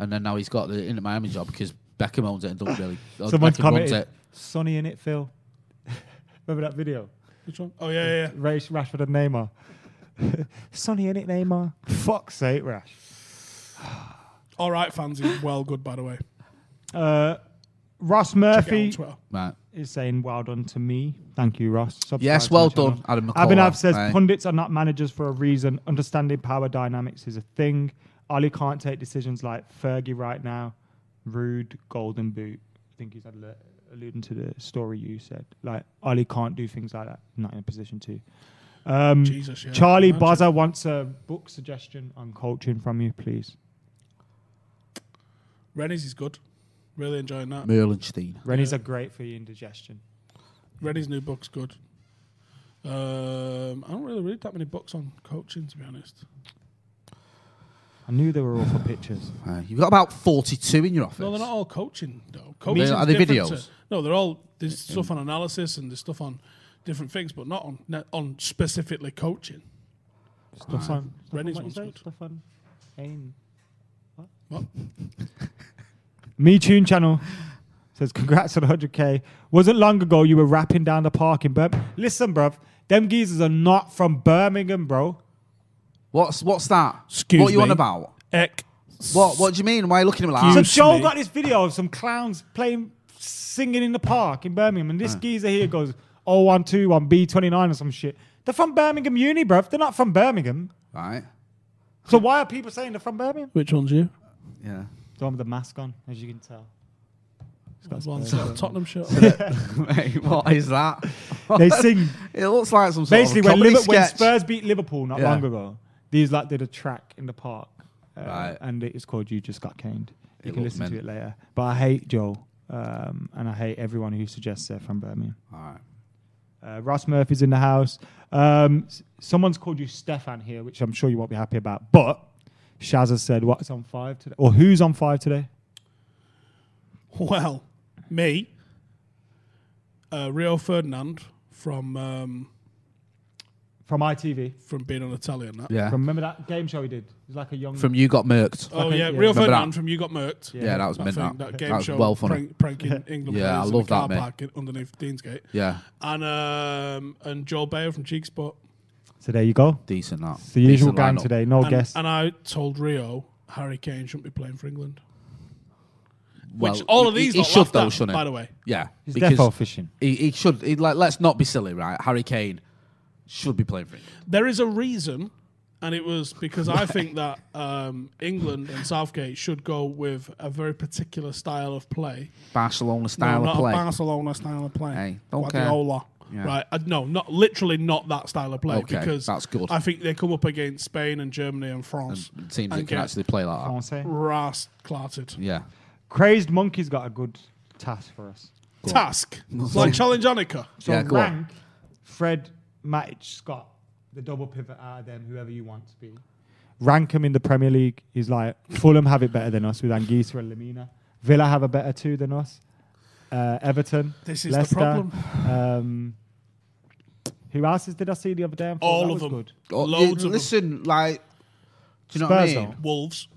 Speaker 4: And then now he's got the Inter Miami job because Beckham owns it and
Speaker 3: *laughs*
Speaker 4: don't really. or
Speaker 3: Someone's
Speaker 4: Beckham runs
Speaker 3: commented,
Speaker 4: it.
Speaker 3: "Sonny in it, Phil." *laughs* Remember that video?
Speaker 2: Which one? Oh yeah, yeah. yeah.
Speaker 3: Rash, Rashford and Neymar. *laughs* Sonny in it, Neymar. Fuck's sake, Rash.
Speaker 2: All right, fans. He's well good, by the way.
Speaker 3: Uh, Ross
Speaker 2: Get on
Speaker 3: Murphy
Speaker 2: Twitter.
Speaker 4: Right.
Speaker 3: is saying, "Well done to me." Thank you, Ross. Subscribe
Speaker 4: Yes,
Speaker 3: to my
Speaker 4: well
Speaker 3: channel.
Speaker 4: done, Adam McCall.
Speaker 3: Abhinav says
Speaker 4: Right.
Speaker 3: pundits are not managers for a reason. Understanding power dynamics is a thing. Ali can't take decisions like Fergie right now. Rude golden boot. I think he's allu- alluding to the story you said. Like Ali can't do things like that. Not in a position to. Um,
Speaker 2: Jesus, yeah.
Speaker 3: Charlie
Speaker 2: Imagine.
Speaker 3: Buzzer wants a book suggestion on coaching from you, please.
Speaker 2: Rennie's is good. Really enjoying that.
Speaker 4: Merlinstein.
Speaker 3: Rennies are great for your indigestion.
Speaker 2: Reddy's new book's good. Um, I don't really read that many books on coaching, to be honest.
Speaker 3: I knew they were all for pictures.
Speaker 4: Right. You've got about 42 in your office.
Speaker 2: No, they're not all coaching though. Coaching
Speaker 4: Are they videos?
Speaker 2: no, they're all there's stuff on analysis and there's stuff on different things, but not on not on specifically coaching.
Speaker 3: Stuff on, stuff on
Speaker 2: Rennie's
Speaker 3: what you
Speaker 2: one's
Speaker 3: say?
Speaker 2: good.
Speaker 3: Stuff on AIM.
Speaker 2: What?
Speaker 3: *laughs* Me Tune Channel says, Congrats on 100K. Wasn't long ago you were rapping down the park in Birmingham. Listen, bruv, them geezers are not from Birmingham, bro.
Speaker 4: What's what's that?
Speaker 2: Excuse
Speaker 4: what are you on
Speaker 2: me.
Speaker 4: about?
Speaker 2: Eck.
Speaker 4: What what do you mean? Why are you looking at me like
Speaker 3: So
Speaker 2: You
Speaker 4: that?
Speaker 3: Joel
Speaker 2: snake.
Speaker 3: got this video of some clowns playing, singing in the park in Birmingham, and this geezer here goes 012 on B29 or some shit. They're from Birmingham Uni, bruv. They're not from Birmingham.
Speaker 4: Right.
Speaker 3: So why are people saying they're from Birmingham?
Speaker 2: Which one's you?
Speaker 4: Yeah. *laughs*
Speaker 3: The one with the mask on, as you can tell.
Speaker 2: That's one's got a Tottenham shirt.
Speaker 4: Mate, what is that?
Speaker 3: *laughs* They sing
Speaker 4: *laughs* It looks like some sort
Speaker 3: Basically,
Speaker 4: of
Speaker 3: when,
Speaker 4: comedy
Speaker 3: Liver- when
Speaker 4: sketch.
Speaker 3: Spurs beat Liverpool not
Speaker 4: Yeah.
Speaker 3: long ago, these like did a track in the park, uh,
Speaker 4: Right.
Speaker 3: and it is called "You Just Got Caned." You
Speaker 4: It
Speaker 3: can
Speaker 4: looks
Speaker 3: listen to
Speaker 4: mint.
Speaker 3: it later. But I hate Joel, um, and I hate everyone who suggests they're from Birmingham.
Speaker 4: All right.
Speaker 3: Uh, Ross Murphy's in the house. Um, s- someone's called you Stefan here, which I'm sure you won't be happy about. But Shazza said, "What's on five today?" Or who's on five today?
Speaker 2: *laughs* well, me, uh, Rio Ferdinand from um,
Speaker 3: From ITV.
Speaker 2: from being on Italian. That.
Speaker 4: Yeah.
Speaker 3: From,
Speaker 4: From,
Speaker 3: remember that game show he did? He's like a young.
Speaker 4: you got murked.
Speaker 2: Oh
Speaker 3: Okay,
Speaker 2: yeah,
Speaker 3: yeah.
Speaker 2: Rio
Speaker 3: Remember
Speaker 2: Ferdinand
Speaker 4: that?
Speaker 2: from You Got Murked.
Speaker 4: yeah, that was
Speaker 2: That,
Speaker 4: mint.
Speaker 2: thing,
Speaker 4: That,
Speaker 2: that game
Speaker 4: That was
Speaker 2: show,
Speaker 4: well funny.
Speaker 2: prank- *laughs* pranking England
Speaker 4: Yeah,
Speaker 2: players
Speaker 4: I
Speaker 2: in
Speaker 4: love
Speaker 2: the car
Speaker 4: that, mate.
Speaker 2: park underneath Deansgate.
Speaker 4: Yeah.
Speaker 2: and um, and Joel Bayer from Cheekspot.
Speaker 3: so there you go.
Speaker 4: Decent that.
Speaker 3: It's the usual
Speaker 4: Decent
Speaker 3: gang
Speaker 4: lineup.
Speaker 3: today. No
Speaker 2: And,
Speaker 3: guess.
Speaker 2: and I told Rio Harry Kane shouldn't be playing for England.
Speaker 4: well,
Speaker 2: Which all of
Speaker 4: he-
Speaker 2: these
Speaker 4: he,
Speaker 2: lot
Speaker 4: should
Speaker 2: laughed
Speaker 4: though,
Speaker 2: at,
Speaker 4: shouldn't he?
Speaker 2: by the way.
Speaker 4: Yeah,
Speaker 3: He's
Speaker 4: because
Speaker 3: defo fishing.
Speaker 4: He, he should. He, like, let's not be silly, right? Harry Kane should be playing for England.
Speaker 2: There is a reason, and it was because I think that um, England and Southgate should go with a very particular style of play.
Speaker 4: Barcelona style
Speaker 2: no, not
Speaker 4: of play.
Speaker 2: a Barcelona style of play.
Speaker 4: Hey, don't care.
Speaker 2: Guardiola.
Speaker 4: Yeah.
Speaker 2: Right, uh, no, not literally not that style of play
Speaker 4: Okay,
Speaker 2: because
Speaker 4: that's good.
Speaker 2: I think they come up against Spain and Germany and France
Speaker 4: Teams that
Speaker 2: and
Speaker 4: can
Speaker 2: get
Speaker 4: actually play like that.
Speaker 2: ras clarted.
Speaker 4: Yeah.
Speaker 3: Crazed Monkey's got a good task for us.
Speaker 4: *laughs*
Speaker 2: Task It's like challenge Annika.
Speaker 3: So
Speaker 4: Yeah, go on.
Speaker 3: rank Fred, Matic, Scott, the double pivot out of them, whoever you want to be. Rank them in the Premier League. He's like Fulham have it better than us with Anguissa and Lamina. Villa have a better two than us. Uh, Everton.
Speaker 2: This is the
Speaker 3: Leicester,
Speaker 2: problem.
Speaker 3: Um, who else did I see the other day? and thought
Speaker 2: All
Speaker 3: that
Speaker 2: of
Speaker 3: was
Speaker 2: them.
Speaker 3: Good?
Speaker 4: Oh,
Speaker 2: Loads
Speaker 4: you-
Speaker 2: of them.
Speaker 4: listen, like, do you know
Speaker 3: Spurs,
Speaker 4: what I mean?
Speaker 3: though.
Speaker 2: Wolves.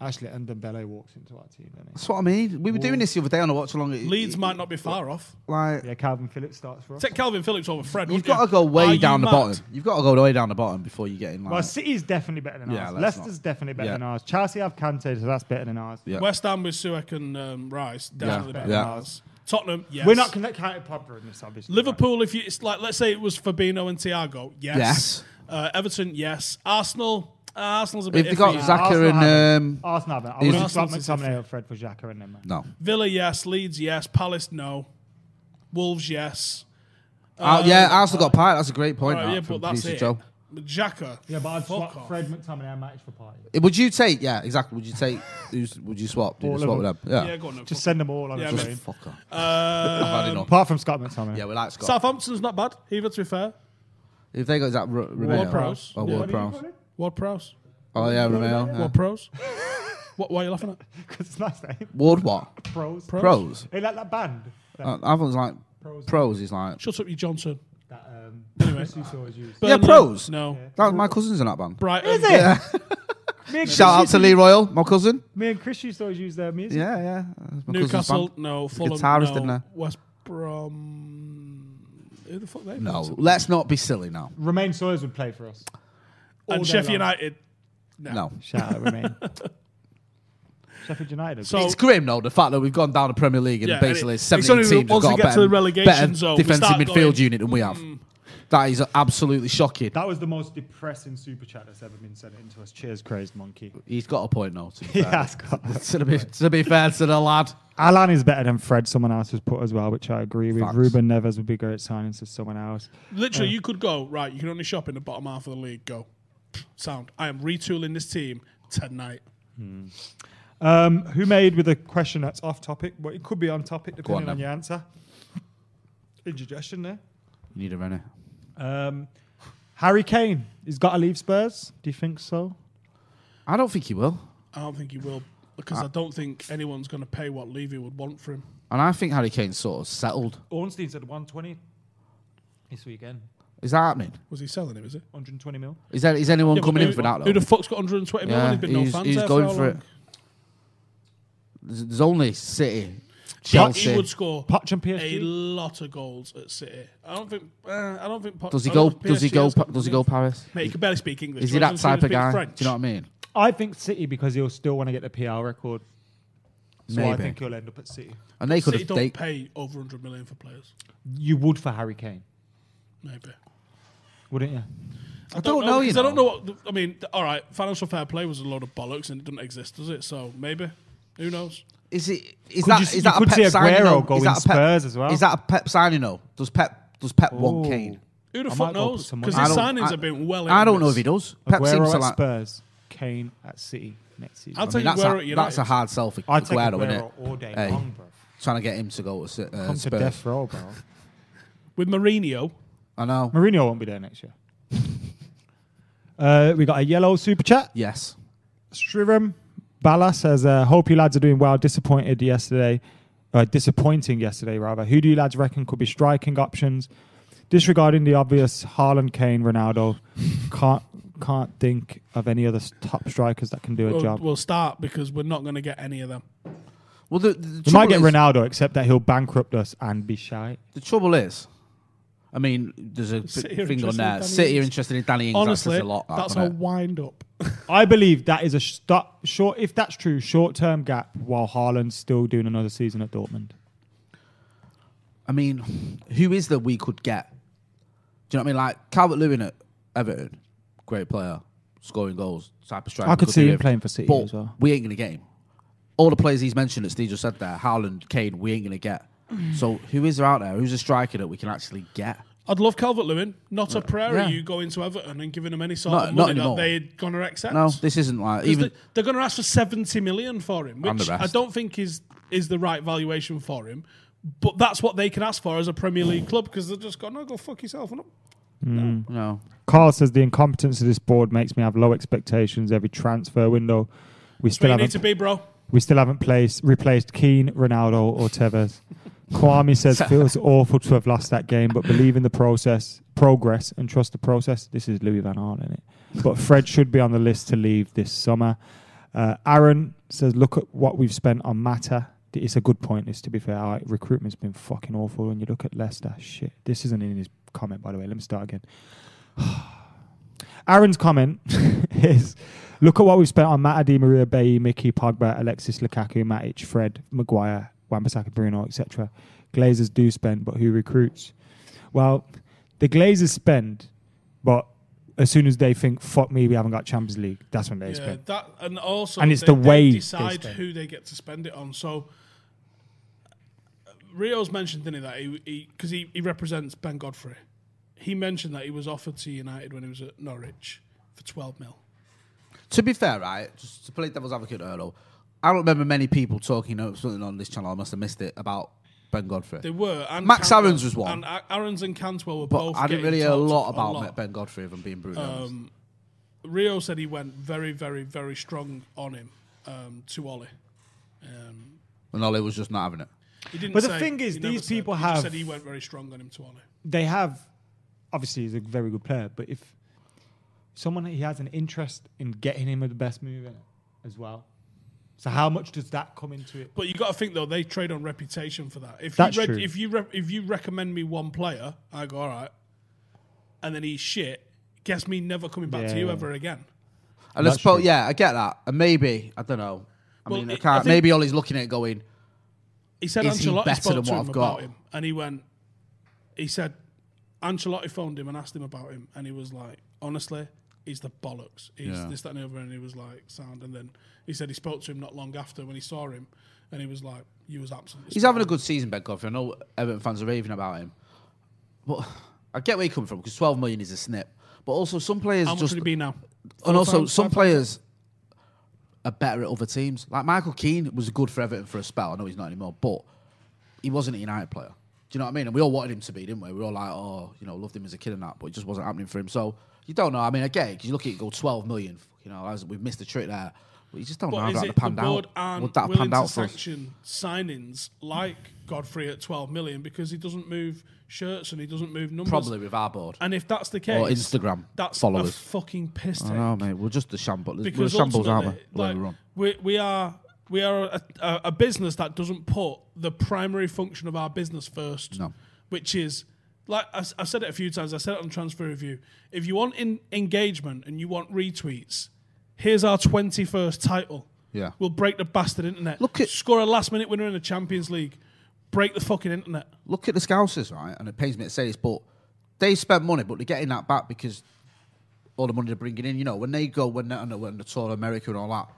Speaker 3: Actually, and Dembele walks into our team. Doesn't
Speaker 4: That's what I mean. We were doing this the other day on a watch along.
Speaker 2: Leeds might not be far off.
Speaker 4: Like,
Speaker 3: he? Yeah, Calvin Phillips starts for us.
Speaker 2: Take Calvin Phillips over Fred.
Speaker 4: you've
Speaker 2: wouldn't you?
Speaker 4: got to go way
Speaker 2: Are you
Speaker 4: down the
Speaker 2: mad?
Speaker 4: bottom. You've got to go way down the bottom before you get in. Like,
Speaker 3: Well, City's definitely better than
Speaker 4: Yeah,
Speaker 3: ours.
Speaker 4: let's
Speaker 3: Leicester's
Speaker 4: not-
Speaker 3: definitely better
Speaker 4: Yeah.
Speaker 3: than ours. Chelsea have Kante, so that's better than ours.
Speaker 4: Yeah.
Speaker 2: West Ham with Suek and um, Rice definitely
Speaker 4: Yeah.
Speaker 2: better than
Speaker 4: Yeah.
Speaker 2: ours. Tottenham, yes.
Speaker 3: We're not connected to Pogba in this, obviously.
Speaker 2: Liverpool, if you it's like, let's say it was Fabinho and Thiago, yes.
Speaker 4: Yes.
Speaker 2: Uh, Everton, yes. Arsenal, uh, Arsenal's a
Speaker 4: if
Speaker 2: bit.
Speaker 4: they
Speaker 2: iffy.
Speaker 4: got Zaka
Speaker 3: Arsenal
Speaker 4: and. Um,
Speaker 3: Arsenal haven't. I
Speaker 4: Is-
Speaker 3: would have
Speaker 2: Arsenal's
Speaker 3: swapped
Speaker 2: a different-
Speaker 3: McTominay or Fred for Xhaka and them. man.
Speaker 4: no.
Speaker 2: Villa, yes. Leeds, yes. Palace, no. Wolves, yes.
Speaker 4: Uh, yeah, Arsenal got Pike. That's a great point.
Speaker 2: Right,
Speaker 4: that,
Speaker 2: yeah,
Speaker 4: from
Speaker 2: but that's
Speaker 4: producer
Speaker 2: it.
Speaker 4: Joe.
Speaker 2: Xhaka,
Speaker 3: Yeah, but
Speaker 2: fuck
Speaker 3: I'd swap
Speaker 2: off.
Speaker 3: Fred McTominay and Matic for Party.
Speaker 4: Eh, Would you take? Yeah, exactly. Would you take? who's, would you swap? Do you
Speaker 3: All
Speaker 4: swap
Speaker 3: of
Speaker 4: with
Speaker 3: them.
Speaker 4: them? Yeah.
Speaker 2: Yeah, go on. Uh, No,
Speaker 3: Just
Speaker 2: fuck
Speaker 3: send them all on
Speaker 2: Yeah,
Speaker 3: the
Speaker 2: but-
Speaker 3: train.
Speaker 4: Fuck off.
Speaker 2: off.
Speaker 4: *laughs* I've had enough.
Speaker 3: Apart from Scott McTominay.
Speaker 4: Yeah, we like Scott.
Speaker 2: Southampton's not bad, either, to be fair.
Speaker 4: If they got that R- Romeo,
Speaker 2: Prowse.
Speaker 4: oh
Speaker 2: Yeah.
Speaker 4: Ward Prowse,
Speaker 3: *laughs*
Speaker 2: Ward Prowse.
Speaker 4: oh yeah, Romeo, yeah.
Speaker 2: Ward Prowse. *laughs* what, why are you laughing at?
Speaker 3: Because it's nice name.
Speaker 4: Ward what?
Speaker 3: Pros.
Speaker 2: Pro-
Speaker 4: Pros.
Speaker 3: Hey, like that band. That,
Speaker 4: Uh, Everyone's like
Speaker 3: Pros.
Speaker 4: pros. Is like
Speaker 2: Shut up, you Johnson.
Speaker 3: that um,
Speaker 2: Anyway.
Speaker 3: Chris Husso has used.
Speaker 4: Yeah,
Speaker 2: Burnley,
Speaker 4: pros.
Speaker 2: No.
Speaker 4: that was my cousin's in that band.
Speaker 2: Brighton.
Speaker 3: Is it? Me and Chris
Speaker 4: *laughs* Shout out
Speaker 3: used
Speaker 4: to Lee Royal, my cousin.
Speaker 3: Me and Chris used to always use their music.
Speaker 4: Yeah, yeah. that's my cousin's
Speaker 2: Newcastle,
Speaker 4: band.
Speaker 2: no. Fulham,
Speaker 4: guitarist,
Speaker 2: no.
Speaker 4: didn't they?
Speaker 2: West Brom. Who the fuck they?
Speaker 4: No,
Speaker 2: played?
Speaker 4: let's not be silly now.
Speaker 3: Romain Sawyers would play for
Speaker 4: *laughs*
Speaker 3: us. All
Speaker 2: And
Speaker 3: day
Speaker 2: Sheffield
Speaker 3: long.
Speaker 2: United.
Speaker 4: No.
Speaker 3: Shout out
Speaker 4: *laughs*
Speaker 3: Romain. Sheffield United.
Speaker 2: So
Speaker 4: It's grim though the fact that we've gone down the Premier League and
Speaker 2: Yeah, and it-
Speaker 4: basically
Speaker 2: it's
Speaker 4: seventeen
Speaker 2: only
Speaker 4: teams have
Speaker 2: once
Speaker 4: got
Speaker 2: we
Speaker 4: a
Speaker 2: get to
Speaker 4: better,
Speaker 2: the relegation
Speaker 4: better
Speaker 2: zone, we
Speaker 4: defensive
Speaker 2: start
Speaker 4: midfield
Speaker 2: going, mm-hmm.
Speaker 4: unit than we have. That is absolutely shocking.
Speaker 3: that was the most depressing super chat that's ever been sent into us. Cheers, crazed monkey.
Speaker 4: He's got a point though.
Speaker 2: *laughs*
Speaker 4: To be *laughs* fair.
Speaker 3: *laughs* Yeah, Scott.
Speaker 4: to, be, to be fair to the lad,
Speaker 3: Alan is better than Fred, someone else has put as well, which I agree with.
Speaker 4: Facts.
Speaker 3: Ruben Nevers would be great signing to someone else.
Speaker 2: literally, you could go right. You can only shop in the bottom half of the league. Go, sound. I am retooling this team tonight.
Speaker 3: Um, who made with a question that's off topic? Well, it could be on topic
Speaker 4: Go on
Speaker 3: depending on,
Speaker 4: then.
Speaker 3: your answer. Indigestion there.
Speaker 4: you need a runner.
Speaker 3: Um, Harry Kane, he's got to leave Spurs. Do you think so?
Speaker 4: I don't think he will,
Speaker 2: I don't think he will because
Speaker 3: Ah.
Speaker 2: I don't think anyone's going to pay what Levy would want for him.
Speaker 4: and I think Harry Kane's sort of settled.
Speaker 3: Ornstein said 120 this weekend.
Speaker 4: Is that happening?
Speaker 2: Was he selling him? Is it?
Speaker 3: 120 mil.
Speaker 4: Is there is anyone
Speaker 2: but
Speaker 4: coming in
Speaker 2: who-
Speaker 4: for that though?
Speaker 2: Who the fuck's got 120 million?
Speaker 4: Yeah,
Speaker 2: There's been no
Speaker 4: he's-
Speaker 2: fans
Speaker 4: he's
Speaker 2: there
Speaker 4: going
Speaker 2: how
Speaker 4: for it.
Speaker 2: long?
Speaker 4: There's there's only City,
Speaker 2: But He
Speaker 4: Chelsea.
Speaker 2: would score
Speaker 3: Potch and
Speaker 2: a
Speaker 3: PSG.
Speaker 2: lot of goals at City. I don't think. Uh, I don't think. Pot-
Speaker 4: Does he
Speaker 2: I don't
Speaker 4: go?
Speaker 2: think
Speaker 4: Does he
Speaker 2: PSG
Speaker 4: go?
Speaker 2: has
Speaker 4: Pa-
Speaker 2: got
Speaker 4: Does he
Speaker 2: the-
Speaker 4: go Paris?
Speaker 2: Mate, he can barely speak English.
Speaker 4: Is he
Speaker 2: Why
Speaker 4: that
Speaker 2: doesn't
Speaker 4: type of
Speaker 2: speak
Speaker 4: guy?
Speaker 2: French?
Speaker 4: Do you know what I mean?
Speaker 3: I think City because he'll still want to get the PR record. So I
Speaker 4: Maybe.
Speaker 3: think he'll end up at City.
Speaker 4: And they could
Speaker 2: City
Speaker 4: have.
Speaker 2: don't
Speaker 4: They,
Speaker 2: pay over 100 million for players.
Speaker 3: You would for Harry Kane,
Speaker 2: Maybe.
Speaker 3: wouldn't you?
Speaker 4: I don't know. You
Speaker 2: because
Speaker 4: know.
Speaker 2: I don't know what. the- I mean, th- all right, financial fair play was a load of bollocks and it doesn't exist, does it? So maybe. Who knows?
Speaker 4: Is it? Is
Speaker 3: Could
Speaker 4: that?
Speaker 3: you
Speaker 4: Is
Speaker 3: see-
Speaker 4: that
Speaker 3: you
Speaker 4: a
Speaker 3: could
Speaker 4: Pep
Speaker 3: see
Speaker 4: signing?
Speaker 3: Aguero
Speaker 4: though?
Speaker 3: going
Speaker 4: is that a Pep,
Speaker 3: Spurs as well.
Speaker 4: Is that a Pep signing? though? Does Pep? Does Pep want
Speaker 3: Ooh.
Speaker 4: Kane?
Speaker 2: Who the
Speaker 3: I
Speaker 2: fuck
Speaker 3: might go put
Speaker 2: knows?
Speaker 3: some
Speaker 2: Because
Speaker 3: money.
Speaker 2: his
Speaker 4: I don't-
Speaker 2: signings
Speaker 4: I-
Speaker 2: have been well.
Speaker 4: I don't know if
Speaker 2: influenced.
Speaker 4: he does. Pep
Speaker 3: Aguero
Speaker 4: seems to
Speaker 3: at
Speaker 4: like.
Speaker 3: Spurs, Kane at City next season.
Speaker 2: I'll
Speaker 4: I mean,
Speaker 2: take
Speaker 4: that's
Speaker 2: Aguero at
Speaker 4: a,
Speaker 2: United.
Speaker 4: that's a hard sell for
Speaker 3: I'd take
Speaker 4: Aguero, isn't it?
Speaker 3: Aguero Uh, all day
Speaker 4: Hey.
Speaker 3: long, bro.
Speaker 4: Trying to get him to go to uh,
Speaker 3: Come to
Speaker 4: Spurs.
Speaker 3: death row, bro. *laughs*
Speaker 2: With Mourinho,
Speaker 4: I know.
Speaker 3: Mourinho won't be there next year. *laughs* Uh, we got a yellow super chat.
Speaker 4: Yes.
Speaker 3: Shriram Bala says, uh, "Hope you lads are doing well. Disappointed yesterday, uh, disappointing yesterday rather. Who do you lads reckon could be striking options? Disregarding the obvious Haaland, Kane, Ronaldo, can't can't think of any other s- top strikers that can do a
Speaker 2: we'll,
Speaker 3: job.
Speaker 2: we'll start because we're not going to get any of them.
Speaker 4: Well, the, the,
Speaker 3: We
Speaker 4: trouble
Speaker 3: might get
Speaker 4: is,
Speaker 3: Ronaldo, except that he'll bankrupt us and be shy.
Speaker 4: the trouble is, I mean, there's a
Speaker 2: City
Speaker 4: b-
Speaker 2: are
Speaker 4: thing
Speaker 2: interested
Speaker 4: on
Speaker 2: in
Speaker 4: there.
Speaker 2: Danny
Speaker 4: City are
Speaker 2: Ings.
Speaker 4: interested in Danny Ings.
Speaker 2: Honestly,
Speaker 4: that's, a lot.
Speaker 2: that's
Speaker 4: isn't
Speaker 2: a
Speaker 4: it?
Speaker 2: wind up.
Speaker 3: I believe that is a st- short. If that's true, short-term gap while Haaland's still doing another season at Dortmund.
Speaker 4: I mean, who is that we could get? Do you know what I mean? Like Calvert Lewin at Everton, great player, scoring goals, type of striker.
Speaker 3: I could see
Speaker 4: do
Speaker 3: him
Speaker 4: everything.
Speaker 3: playing for City
Speaker 4: But
Speaker 3: as well.
Speaker 4: We ain't gonna get him. All the players he's mentioned that Steve just said there, Howland, Kane, we ain't
Speaker 3: *clears throat*
Speaker 4: gonna get. So who is there out there? Who's a striker that we can actually get?
Speaker 2: *laughs* I'd love Calvert Lewin. Not a prayer
Speaker 4: Yeah.
Speaker 2: of you going to Everton and giving them any sort
Speaker 4: No,
Speaker 2: of
Speaker 4: not
Speaker 2: money that
Speaker 4: anymore.
Speaker 2: they're going to accept.
Speaker 4: No, this isn't like
Speaker 2: 'Cause
Speaker 4: even.
Speaker 2: they- they're going to ask for 70 million for him,
Speaker 4: And
Speaker 2: which
Speaker 4: the
Speaker 2: I
Speaker 4: rest.
Speaker 2: don't think is is the right valuation for him. But that's what they can ask for as a Premier League club because they've just gone, no, go fuck yourself. And
Speaker 4: no,
Speaker 3: Carl says the incompetence of this board makes me have low expectations every transfer window. We
Speaker 2: where
Speaker 3: still
Speaker 2: you
Speaker 3: haven't
Speaker 2: need to be, bro.
Speaker 3: we still haven't placed replaced Keane, Ronaldo, or Tevez. Kwame says
Speaker 2: *laughs*
Speaker 3: feels awful to have lost that game, but believe in the process, progress, and trust the process. This is Louis Van Gaal, isn't it? But Fred should be on the list to leave this summer. Uh, Aaron says, look at what we've spent on Mata. It's a good point. This, to be fair, Our recruitment's been fucking awful. When you look at Leicester, shit. This isn't in his comment, by the way. Let me start again. *sighs* Aaron's comment *laughs* is look at what we've spent on Matt Di Maria, Bayi, Mickey, Pogba, Alexis Lukaku, Matic, Fred, Maguire, Wambasaka, Bruno, etc. Glazers do spend, but who recruits? Well, the Glazers spend, but as soon as they think, fuck me, we haven't got Champions League, that's when they
Speaker 2: Yeah,
Speaker 3: spend.
Speaker 2: that and also
Speaker 3: And it's
Speaker 2: they-
Speaker 3: the
Speaker 2: they
Speaker 3: way they
Speaker 2: decide
Speaker 3: spend.
Speaker 2: who they get to spend it on. So uh, Rio's mentioned, didn't he, that he because he, he, represents Ben Godfrey. He mentioned that he was offered to United when he was at Norwich for twelve mil.
Speaker 4: To be fair, right, just to play devil's advocate earlier, I don't remember many people talking about something on this channel. I must have missed it about Ben Godfrey.
Speaker 2: They were and
Speaker 4: Max
Speaker 2: Cantwell-
Speaker 4: Aarons was one.
Speaker 2: and A- Aarons and Cantwell were
Speaker 4: but
Speaker 2: both.
Speaker 4: I
Speaker 2: getting
Speaker 4: didn't really hear a
Speaker 2: talked
Speaker 4: lot about
Speaker 2: lot.
Speaker 4: Ben Godfrey, if I'm being brutally honest.
Speaker 2: Um, Rio said he went very, very, very strong on him um, to Ollie. Um,
Speaker 4: And Ollie was just not having it.
Speaker 2: he didn't.
Speaker 3: But the
Speaker 2: say-
Speaker 3: thing is,
Speaker 2: he never
Speaker 3: these
Speaker 2: said.
Speaker 3: people
Speaker 2: he just
Speaker 3: have-
Speaker 2: said he went very strong on him to Ollie.
Speaker 3: They have, obviously, he's a very good player, but if someone he has an interest in getting him the best move in it as well. So how much does that come into it?
Speaker 2: But you got to think though, they trade on reputation for that. If
Speaker 3: That's
Speaker 2: you
Speaker 3: true.
Speaker 2: if you re- if you recommend me one player, I go all right, and then he's shit. Guess me never coming back to
Speaker 3: Yeah.
Speaker 2: you ever again.
Speaker 4: And I
Speaker 3: That's
Speaker 4: suppose,
Speaker 3: true.
Speaker 4: yeah, I get that. And maybe, I don't know. I
Speaker 2: Well,
Speaker 4: mean, I
Speaker 2: it- I
Speaker 4: can't,
Speaker 2: think-
Speaker 4: maybe Ollie's looking at it going,
Speaker 2: He said
Speaker 4: Is he
Speaker 2: Ancelotti
Speaker 4: better
Speaker 2: spoke
Speaker 4: than
Speaker 2: to
Speaker 4: what
Speaker 2: him
Speaker 4: I've
Speaker 2: about
Speaker 4: got?
Speaker 2: him, and he went. He said Ancelotti phoned him and asked him about him, and he was like, honestly, he's the bollocks. He's
Speaker 4: Yeah.
Speaker 2: this, that, and the other, and he was like, sound. And then he said he spoke to him not long after when he saw him, and he was like, you was absolutely.
Speaker 4: he's having a good season, Ben Godfrey. I know Everton fans are raving about him. But I get where you're coming from because 12 million is a snip. But also, some players
Speaker 2: How much
Speaker 4: just. Oh,
Speaker 2: would he be now?
Speaker 4: and also,
Speaker 3: times,
Speaker 4: some
Speaker 3: five times?
Speaker 4: players are better at other teams. Like Michael Keane was good for Everton for a spell. I know he's not anymore, but he wasn't a United player. Do you know what I mean? And we all wanted him to be, didn't we? We were all like, oh, you know, loved him as a kid and that, but it just wasn't happening for him. So you don't know. I mean, I get it 'cause you look at it, go 12 million. You know, as we've missed a trick there. But you just don't know
Speaker 2: But
Speaker 4: how
Speaker 2: is
Speaker 4: that
Speaker 2: it the
Speaker 4: panned
Speaker 2: board
Speaker 4: out.
Speaker 2: aren't
Speaker 4: Would that have
Speaker 2: willing
Speaker 4: panned
Speaker 2: to
Speaker 4: out for us?
Speaker 2: sanction signings like Godfrey at 12 million because he doesn't move shirts and he doesn't move numbers?
Speaker 4: Probably with our board.
Speaker 2: And if that's the case,
Speaker 4: Or Instagram
Speaker 2: that's a
Speaker 4: followers.
Speaker 2: fucking piss take.
Speaker 4: I know, mate. We're just the shambles. We're
Speaker 2: because
Speaker 4: shambles, aren't we?
Speaker 2: ultimately,
Speaker 4: The way we
Speaker 2: like,
Speaker 4: run.
Speaker 2: we, we are we are a, a, a business that doesn't put the primary function of our business first,
Speaker 4: No.
Speaker 2: which is like I, have said it a few times. I said it on transfer review. If you want in, engagement and you want retweets, here's our twenty first title.
Speaker 4: Yeah.
Speaker 2: we'll break the bastard internet.
Speaker 4: Look at-
Speaker 2: score a last minute winner in the Champions League, break the fucking internet.
Speaker 4: look at the Scousers, right? And it pains me to say this, but they spent money, but they're getting that back because all the money they're bringing in. You know, when they go, when they're on the, when the tour of America and all that,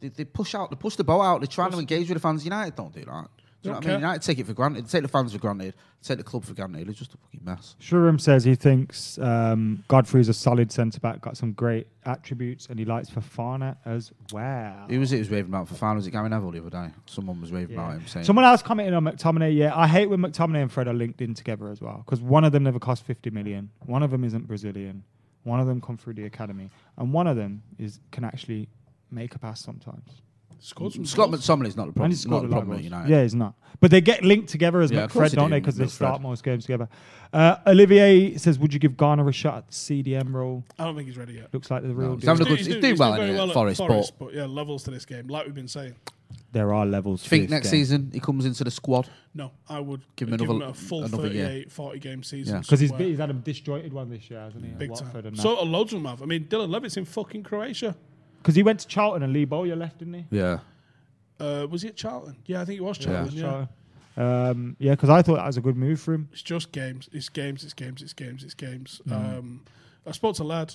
Speaker 4: they, they push out, they push the boat out, they're trying to engage with the fans. United don't do that. Do you know what I
Speaker 2: care.
Speaker 4: mean? United take it for granted, take the fans for granted, take the club for granted. It's just a fucking mess.
Speaker 3: Shurum says he thinks um, Godfrey's a solid centre back, got some great attributes, and he likes Fafana as well.
Speaker 4: Who was it who was raving about for fan? Was it Gary Neville the other day? Someone was raving
Speaker 3: Yeah.
Speaker 4: about him saying,
Speaker 3: Someone else commented on McTominay. Yeah, I hate when McTominay and Fred are linked in together as well because one of them never cost 50 million, one of them isn't Brazilian, one of them come through the academy, and one of them is can actually make a pass sometimes.
Speaker 2: Scored some
Speaker 4: Scott
Speaker 2: goals.
Speaker 4: McTominay's not the problem.
Speaker 3: And he
Speaker 4: not
Speaker 3: scored a
Speaker 4: the
Speaker 3: lot of
Speaker 4: problem at
Speaker 3: goals.
Speaker 4: United.
Speaker 3: Yeah, he's not. But they get linked together as
Speaker 4: Yeah, of course
Speaker 3: McFred,
Speaker 4: they
Speaker 3: don't
Speaker 4: do,
Speaker 3: they? Because they
Speaker 4: McFred.
Speaker 3: start most games together. Uh, Olivier says, "Would you give Garner a shot at the CDM role?
Speaker 2: I don't think he's ready yet.
Speaker 3: Looks like the real
Speaker 4: he's
Speaker 3: deal.
Speaker 4: having a good-
Speaker 2: He's
Speaker 4: he's
Speaker 2: do-
Speaker 4: doing
Speaker 2: he's
Speaker 4: well
Speaker 2: doing very
Speaker 4: in it,
Speaker 2: well at
Speaker 4: Forest,
Speaker 2: Forest, but yeah, levels to this game. Like we've been saying,
Speaker 3: There are levels. to
Speaker 4: Think
Speaker 3: this
Speaker 4: next
Speaker 3: game.
Speaker 4: season he comes into the squad.
Speaker 2: No, I would
Speaker 4: Give
Speaker 2: give
Speaker 4: him
Speaker 2: him,
Speaker 4: another-
Speaker 2: a full
Speaker 4: another year.
Speaker 2: 38, 40 game season.
Speaker 4: Yeah.
Speaker 3: Because he's,
Speaker 2: somewhere.
Speaker 3: he's had a disjointed one this year, hasn't he? at
Speaker 2: big
Speaker 3: Watford
Speaker 2: time.
Speaker 3: and that.
Speaker 2: So loads of them have. I mean, Dylan Levitt's in fucking Croatia.
Speaker 3: Because he went to Charlton and Lee Bowyer left, didn't he?
Speaker 4: Yeah.
Speaker 2: Uh, was he at Charlton? Yeah, I think it was
Speaker 4: Yeah.
Speaker 2: Charlton. Yeah.
Speaker 3: Charlton. Um, yeah, because I thought that was a good move for him.
Speaker 2: It's just games. It's games. It's games. It's games. It's games.
Speaker 4: Mm.
Speaker 2: Um, I spoke to a lad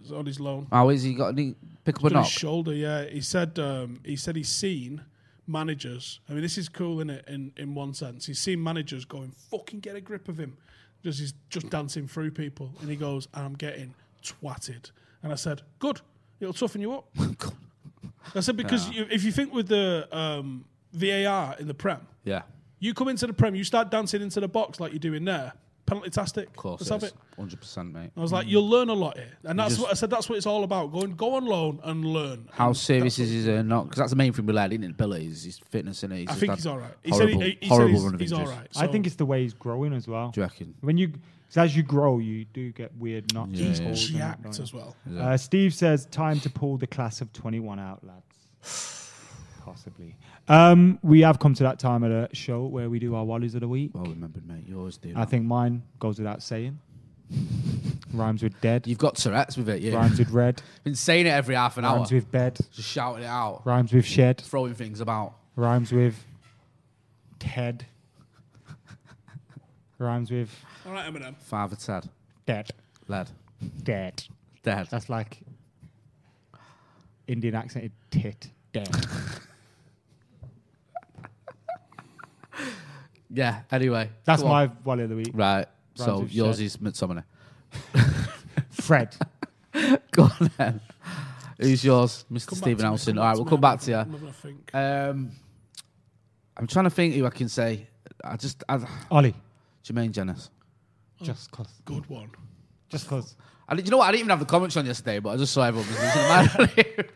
Speaker 2: he's on his loan.
Speaker 4: Oh, is he got any pick up a
Speaker 2: Done
Speaker 4: knock?
Speaker 2: his shoulder. Yeah, he said. Um, he said he's seen managers. I mean, this is cool in it in in one sense. He's seen managers going fucking get a grip of him because he's just dancing through people, and he goes, "I'm getting twatted." And I said, "Good, it'll toughen you up."
Speaker 4: *laughs*
Speaker 2: I said because you, if you think with the um, VAR in the Prem,
Speaker 4: Yeah.
Speaker 2: you come into the Prem, you start dancing into the box like you're doing there. Penalty tastic.
Speaker 4: Of course.
Speaker 2: Let's have it. Oh,
Speaker 4: Hundred percent, mate.
Speaker 2: I was like, you'll learn a lot here. And that's
Speaker 4: just-
Speaker 2: what I said, that's what it's all about. Go, and, go on loan and learn.
Speaker 4: How
Speaker 2: And
Speaker 4: serious
Speaker 2: that's
Speaker 4: is his uh, knock? Because that's the main thing with Laird, isn't it? Billy, his, his fitness in it.
Speaker 2: what- I think he's all right. He
Speaker 4: horrible,
Speaker 2: said he, he
Speaker 4: horrible
Speaker 2: said
Speaker 4: run of
Speaker 2: he's, he's all
Speaker 4: injuries.
Speaker 2: right.
Speaker 3: I think it's the way he's growing as well.
Speaker 4: Do you reckon?
Speaker 3: When you, 'cause as you grow, you do get weird knocks. and
Speaker 2: he's
Speaker 3: pulls and that,
Speaker 2: jacked
Speaker 3: don't
Speaker 2: as well.
Speaker 3: you? Uh, Steve says, "Time to pull the class of 21 out, lads." Possibly. Um, we have come to that time of the show where we do our Wallies of the week.
Speaker 4: Well remembered, mate. You always do.
Speaker 3: I think mine goes without saying. Rhymes with dead.
Speaker 4: You've got Tourette's with it.
Speaker 3: *laughs*
Speaker 4: Yeah.
Speaker 3: rhymes with
Speaker 4: *laughs*
Speaker 3: red.
Speaker 4: Been saying it every half an hour.
Speaker 3: Rhymes with bed.
Speaker 4: Just shouting it out,
Speaker 3: Rhymes with shed.
Speaker 4: throwing things about.
Speaker 3: Rhymes with Ted. rhymes with
Speaker 2: All right, Eminem.
Speaker 4: Father Ted,
Speaker 3: dead.
Speaker 4: lad,
Speaker 3: Dead.
Speaker 4: dead.
Speaker 3: That's like Indian accented tit.
Speaker 4: *laughs*
Speaker 3: Dead.
Speaker 4: Yeah. Anyway,
Speaker 3: That's
Speaker 4: come on.
Speaker 3: my Wally of the week.
Speaker 4: right. So
Speaker 3: with
Speaker 4: yours
Speaker 3: shed.
Speaker 4: is Midsummer.
Speaker 3: Fred.
Speaker 4: *laughs* Go on then. Who's yours,
Speaker 2: Come
Speaker 4: Mr.
Speaker 2: back to
Speaker 4: Stephen
Speaker 2: me,
Speaker 4: Elson?
Speaker 2: come
Speaker 4: All right,
Speaker 2: back
Speaker 4: we'll
Speaker 2: to me,
Speaker 4: come back
Speaker 2: I'm
Speaker 4: to you.
Speaker 2: having- I'm having a think.
Speaker 3: Uh,
Speaker 4: Um, I'm trying to think who I can say. I just I,
Speaker 3: Ollie.
Speaker 4: Jermaine Jennings.
Speaker 3: Just cause.
Speaker 2: Good one.
Speaker 3: Just cause.
Speaker 4: I did, you know what? I didn't even have the comments on yesterday, but I just saw everyone was losing their mind.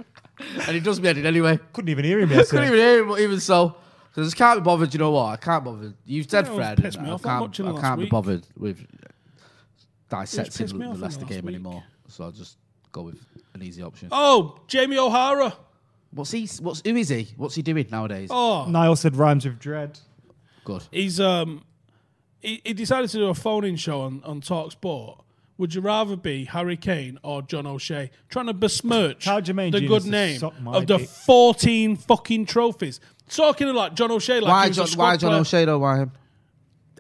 Speaker 4: *laughs* and he does me edit anyway.
Speaker 3: Couldn't even hear him
Speaker 4: Couldn't
Speaker 3: yesterday.
Speaker 4: even hear him, but even so. 'Cause I just can't be bothered. You know what? I can't bother. You've said
Speaker 2: Yeah, it
Speaker 4: Fred.
Speaker 2: pissed
Speaker 4: and
Speaker 2: me
Speaker 4: I
Speaker 2: off. I'm
Speaker 4: can't,
Speaker 2: watching it
Speaker 4: I
Speaker 2: last
Speaker 4: can't be
Speaker 2: week.
Speaker 4: bothered with
Speaker 2: It pissed
Speaker 4: dissecting
Speaker 2: me
Speaker 4: the
Speaker 2: off in
Speaker 4: Leicester
Speaker 2: last
Speaker 4: game
Speaker 2: week.
Speaker 4: anymore. So I'll just go with an easy option.
Speaker 2: Oh, Jamie O'Hara.
Speaker 4: What's he? What's who is he? What's he doing nowadays?
Speaker 2: Oh,
Speaker 3: Niall said rhymes with dread.
Speaker 4: Good.
Speaker 2: he's um, he, he decided to do a phone-in show on on Talk Sport. Would you rather be Harry Kane or John O'Shea trying to besmirch
Speaker 3: How Jermaine
Speaker 2: the
Speaker 3: Genius
Speaker 2: good
Speaker 3: has
Speaker 2: name
Speaker 3: sucked my
Speaker 2: of the
Speaker 3: dick.
Speaker 2: 14 fucking trophies? Talking like John O'Shea, like
Speaker 4: Why
Speaker 2: he was a
Speaker 4: John?
Speaker 2: squad
Speaker 4: Why John
Speaker 2: player.
Speaker 4: O'Shea? though? Why him?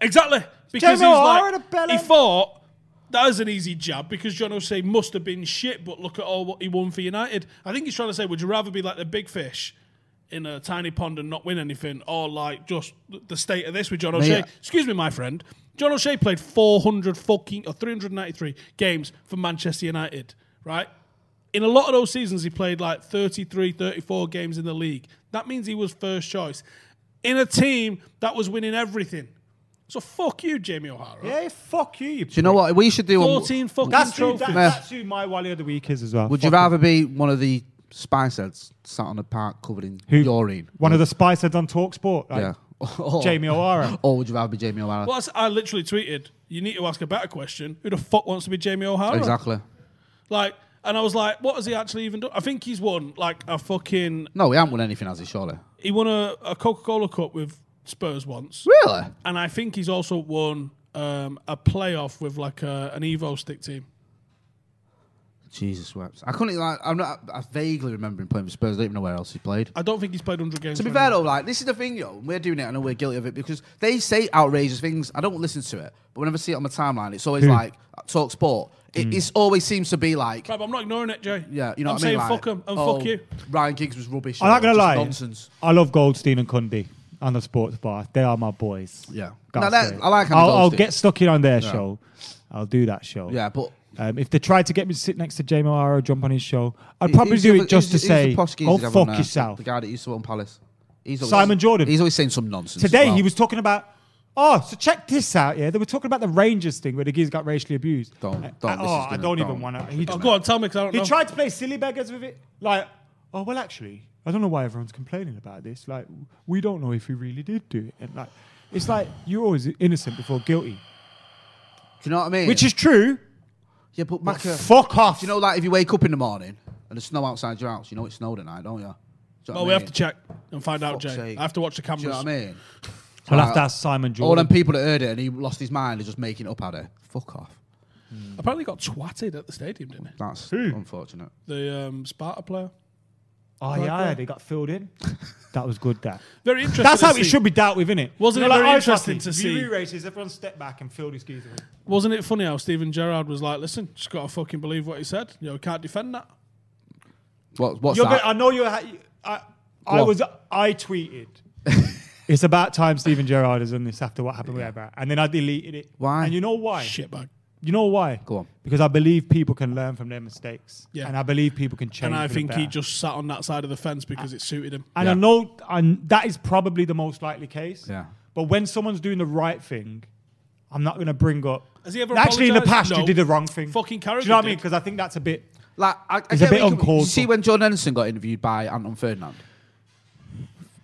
Speaker 2: Exactly. Because
Speaker 3: Jamie
Speaker 2: he
Speaker 3: O'Hara
Speaker 2: was
Speaker 3: to
Speaker 2: like,
Speaker 3: Bellingham.
Speaker 2: he thought that was an easy jab because John O'Shea must have been shit, but look at all what he won for United. I think he's trying to say, would you rather be like the big fish in a tiny pond and not win anything, or like just the state of this with John O'Shea?
Speaker 4: I-
Speaker 2: Excuse me, my friend. John O'Shea played 400 fucking or 393 games for Manchester United, right? In a lot of those seasons, he played like 33, 34 games in the league. That means he was first choice in a team that was winning everything. So fuck you, Jamie O'Hara.
Speaker 3: Yeah, fuck you. you
Speaker 4: Do you know what we should do? on-
Speaker 2: 14 fucking
Speaker 3: that's, who,
Speaker 2: trophies.
Speaker 3: that, that's who my Wally of the week is as well.
Speaker 4: Would you
Speaker 3: Fuck
Speaker 4: rather be one of the spice heads sat on a park covered in
Speaker 3: Who-
Speaker 4: urine?
Speaker 3: One of the spice heads on Talksport. Like
Speaker 4: yeah. *laughs* or,
Speaker 3: Jamie O'Hara.
Speaker 4: Or would you rather be Jamie O'Hara?
Speaker 2: Well, that's- I literally tweeted, you need to ask a better question. Who the fuck wants to be Jamie O'Hara?
Speaker 4: Exactly.
Speaker 2: Like, and I was like, what has he actually even done? I think he's won like a fucking,
Speaker 4: No, we haven't won anything, has he? Surely.
Speaker 2: he won a, a Coca-Cola Cup with Spurs once.
Speaker 4: Really?
Speaker 2: And I think he's also won um, a playoff with like a, an Evo stick team.
Speaker 4: Jesus wept. I couldn't. Like, I'm not. I vaguely remember him playing with Spurs. I don't even know where else he played.
Speaker 2: I don't think he's played 100 games.
Speaker 4: To be
Speaker 2: for
Speaker 4: fair
Speaker 2: anyone.
Speaker 4: though, like this is the thing, yo. We're doing it. I know we're guilty of it because they say outrageous things. I don't listen to it, but whenever I see it on my timeline, it's always like uh, talk sport. It it's always seems to be like,
Speaker 2: Right, but I'm not ignoring it, Jay.
Speaker 4: yeah, you
Speaker 2: Hmm. I'm
Speaker 4: know what I mean?
Speaker 2: saying
Speaker 4: like,
Speaker 2: fuck him and
Speaker 4: oh,
Speaker 2: fuck you.
Speaker 4: Ryan Giggs was rubbish.
Speaker 3: I'm
Speaker 4: or
Speaker 3: not gonna
Speaker 4: just
Speaker 3: lie.
Speaker 4: Nonsense.
Speaker 3: I love Goldstein and Cundy and the sports bar. They are my boys.
Speaker 4: Yeah.
Speaker 3: Gotta
Speaker 4: No, that-
Speaker 3: say it.
Speaker 4: I like Andy
Speaker 3: I'll, I'll
Speaker 4: Goldstein.
Speaker 3: get stuck in on their show. I'll do that show.
Speaker 4: Yeah, but
Speaker 3: Um, if they tried to get me to sit next to Jamie O'Hara or jump on his show, I'd
Speaker 4: Who-
Speaker 3: probably
Speaker 4: who's
Speaker 3: do
Speaker 4: the
Speaker 3: it
Speaker 4: other-
Speaker 3: just to
Speaker 4: who's the- who's
Speaker 3: say,
Speaker 4: the Poskies
Speaker 3: "Go
Speaker 4: they have
Speaker 3: fuck
Speaker 4: on, uh,
Speaker 3: yourself."
Speaker 4: The guy that used to own Palace. He's always,
Speaker 3: Simon Jordan.
Speaker 4: He's always saying some nonsense. as
Speaker 3: Today
Speaker 4: well.
Speaker 3: he was talking about. Oh, so check this out. Yeah, they were talking about the Rangers thing where the geese got racially abused.
Speaker 4: Don't-
Speaker 3: I-
Speaker 4: don't,
Speaker 3: I,
Speaker 4: this
Speaker 3: oh,
Speaker 4: is
Speaker 3: I
Speaker 4: gonna-
Speaker 3: don't even
Speaker 4: don't.
Speaker 3: want to. He,
Speaker 2: Oh, go on, tell me because I don't
Speaker 3: he
Speaker 2: know.
Speaker 3: tried to play silly beggars with it. Like, oh well, actually, I don't know why everyone's complaining about this. Like, we don't know if he really did do it. And like, it's like you're always innocent before guilty,
Speaker 4: Do you know what I mean?
Speaker 3: which is true.
Speaker 4: yeah, but Maka.
Speaker 3: Fuck off.
Speaker 4: Do you know, like if you wake up in the morning and there's snow outside your house, you know it snowed at night, don't you? Do you know
Speaker 2: Well,
Speaker 4: what
Speaker 2: we
Speaker 4: I
Speaker 2: have
Speaker 4: mean?
Speaker 2: to check and find out,
Speaker 4: Fuck's
Speaker 2: Jay.
Speaker 4: sake.
Speaker 2: I have to watch the cameras.
Speaker 4: Do you know what I mean?
Speaker 3: I'll have to ask Simon
Speaker 4: All
Speaker 3: Jordan.
Speaker 4: them people that heard it and he lost his mind are just making it up out there. Fuck off.
Speaker 2: Apparently, got twatted at the stadium, didn't he?
Speaker 4: That's unfortunate.
Speaker 2: The um, Sparta player.
Speaker 3: Oh yeah, I heard he got filled
Speaker 4: *laughs*
Speaker 3: in. that was good. That
Speaker 2: Very interesting.
Speaker 3: that's how
Speaker 2: to
Speaker 3: it
Speaker 2: see.
Speaker 3: should be dealt with, innit?
Speaker 2: Wasn't it very
Speaker 3: ice
Speaker 2: interesting
Speaker 3: hockey,
Speaker 2: to
Speaker 3: you
Speaker 2: see?
Speaker 3: re-races, everyone step back and fill these geezer. in.
Speaker 2: Wasn't it funny how Stephen Gerrard was like, "Listen, just got to fucking believe what he said. You know, can't defend that."
Speaker 4: What, what's
Speaker 3: You're
Speaker 4: that?
Speaker 3: gonna- I know you. Ha- I, I
Speaker 4: What?
Speaker 3: was. I tweeted. *laughs* it's about time Stephen Gerrard has done this after what happened with Ebra, and then I deleted it.
Speaker 4: Why?
Speaker 3: And you know why?
Speaker 2: Shitbag.
Speaker 3: You know why?
Speaker 4: Go on.
Speaker 3: Because I believe people can learn from their mistakes.
Speaker 2: Yeah.
Speaker 3: And I believe people can change.
Speaker 2: And I
Speaker 3: for the
Speaker 2: think he
Speaker 3: better.
Speaker 2: just sat on that side of the fence
Speaker 4: Ah.
Speaker 2: because it suited him.
Speaker 3: And I
Speaker 4: Yeah.
Speaker 3: know and that is probably the most likely case.
Speaker 4: Yeah.
Speaker 3: But when someone's doing the right thing, I'm not going to bring up.
Speaker 2: Has he ever
Speaker 3: Actually, in the
Speaker 2: apologised?
Speaker 3: past,
Speaker 2: No.
Speaker 3: you did the wrong thing.
Speaker 2: Fucking
Speaker 3: Do you
Speaker 2: Carragher
Speaker 3: know what I
Speaker 2: did.
Speaker 3: mean? Because I think that's a bit.
Speaker 4: Like, I, I
Speaker 3: It's
Speaker 4: get
Speaker 3: a bit
Speaker 4: what you can-
Speaker 3: uncalled
Speaker 4: You see
Speaker 3: for.
Speaker 4: when John Anderson got interviewed by Anton Ferdinand,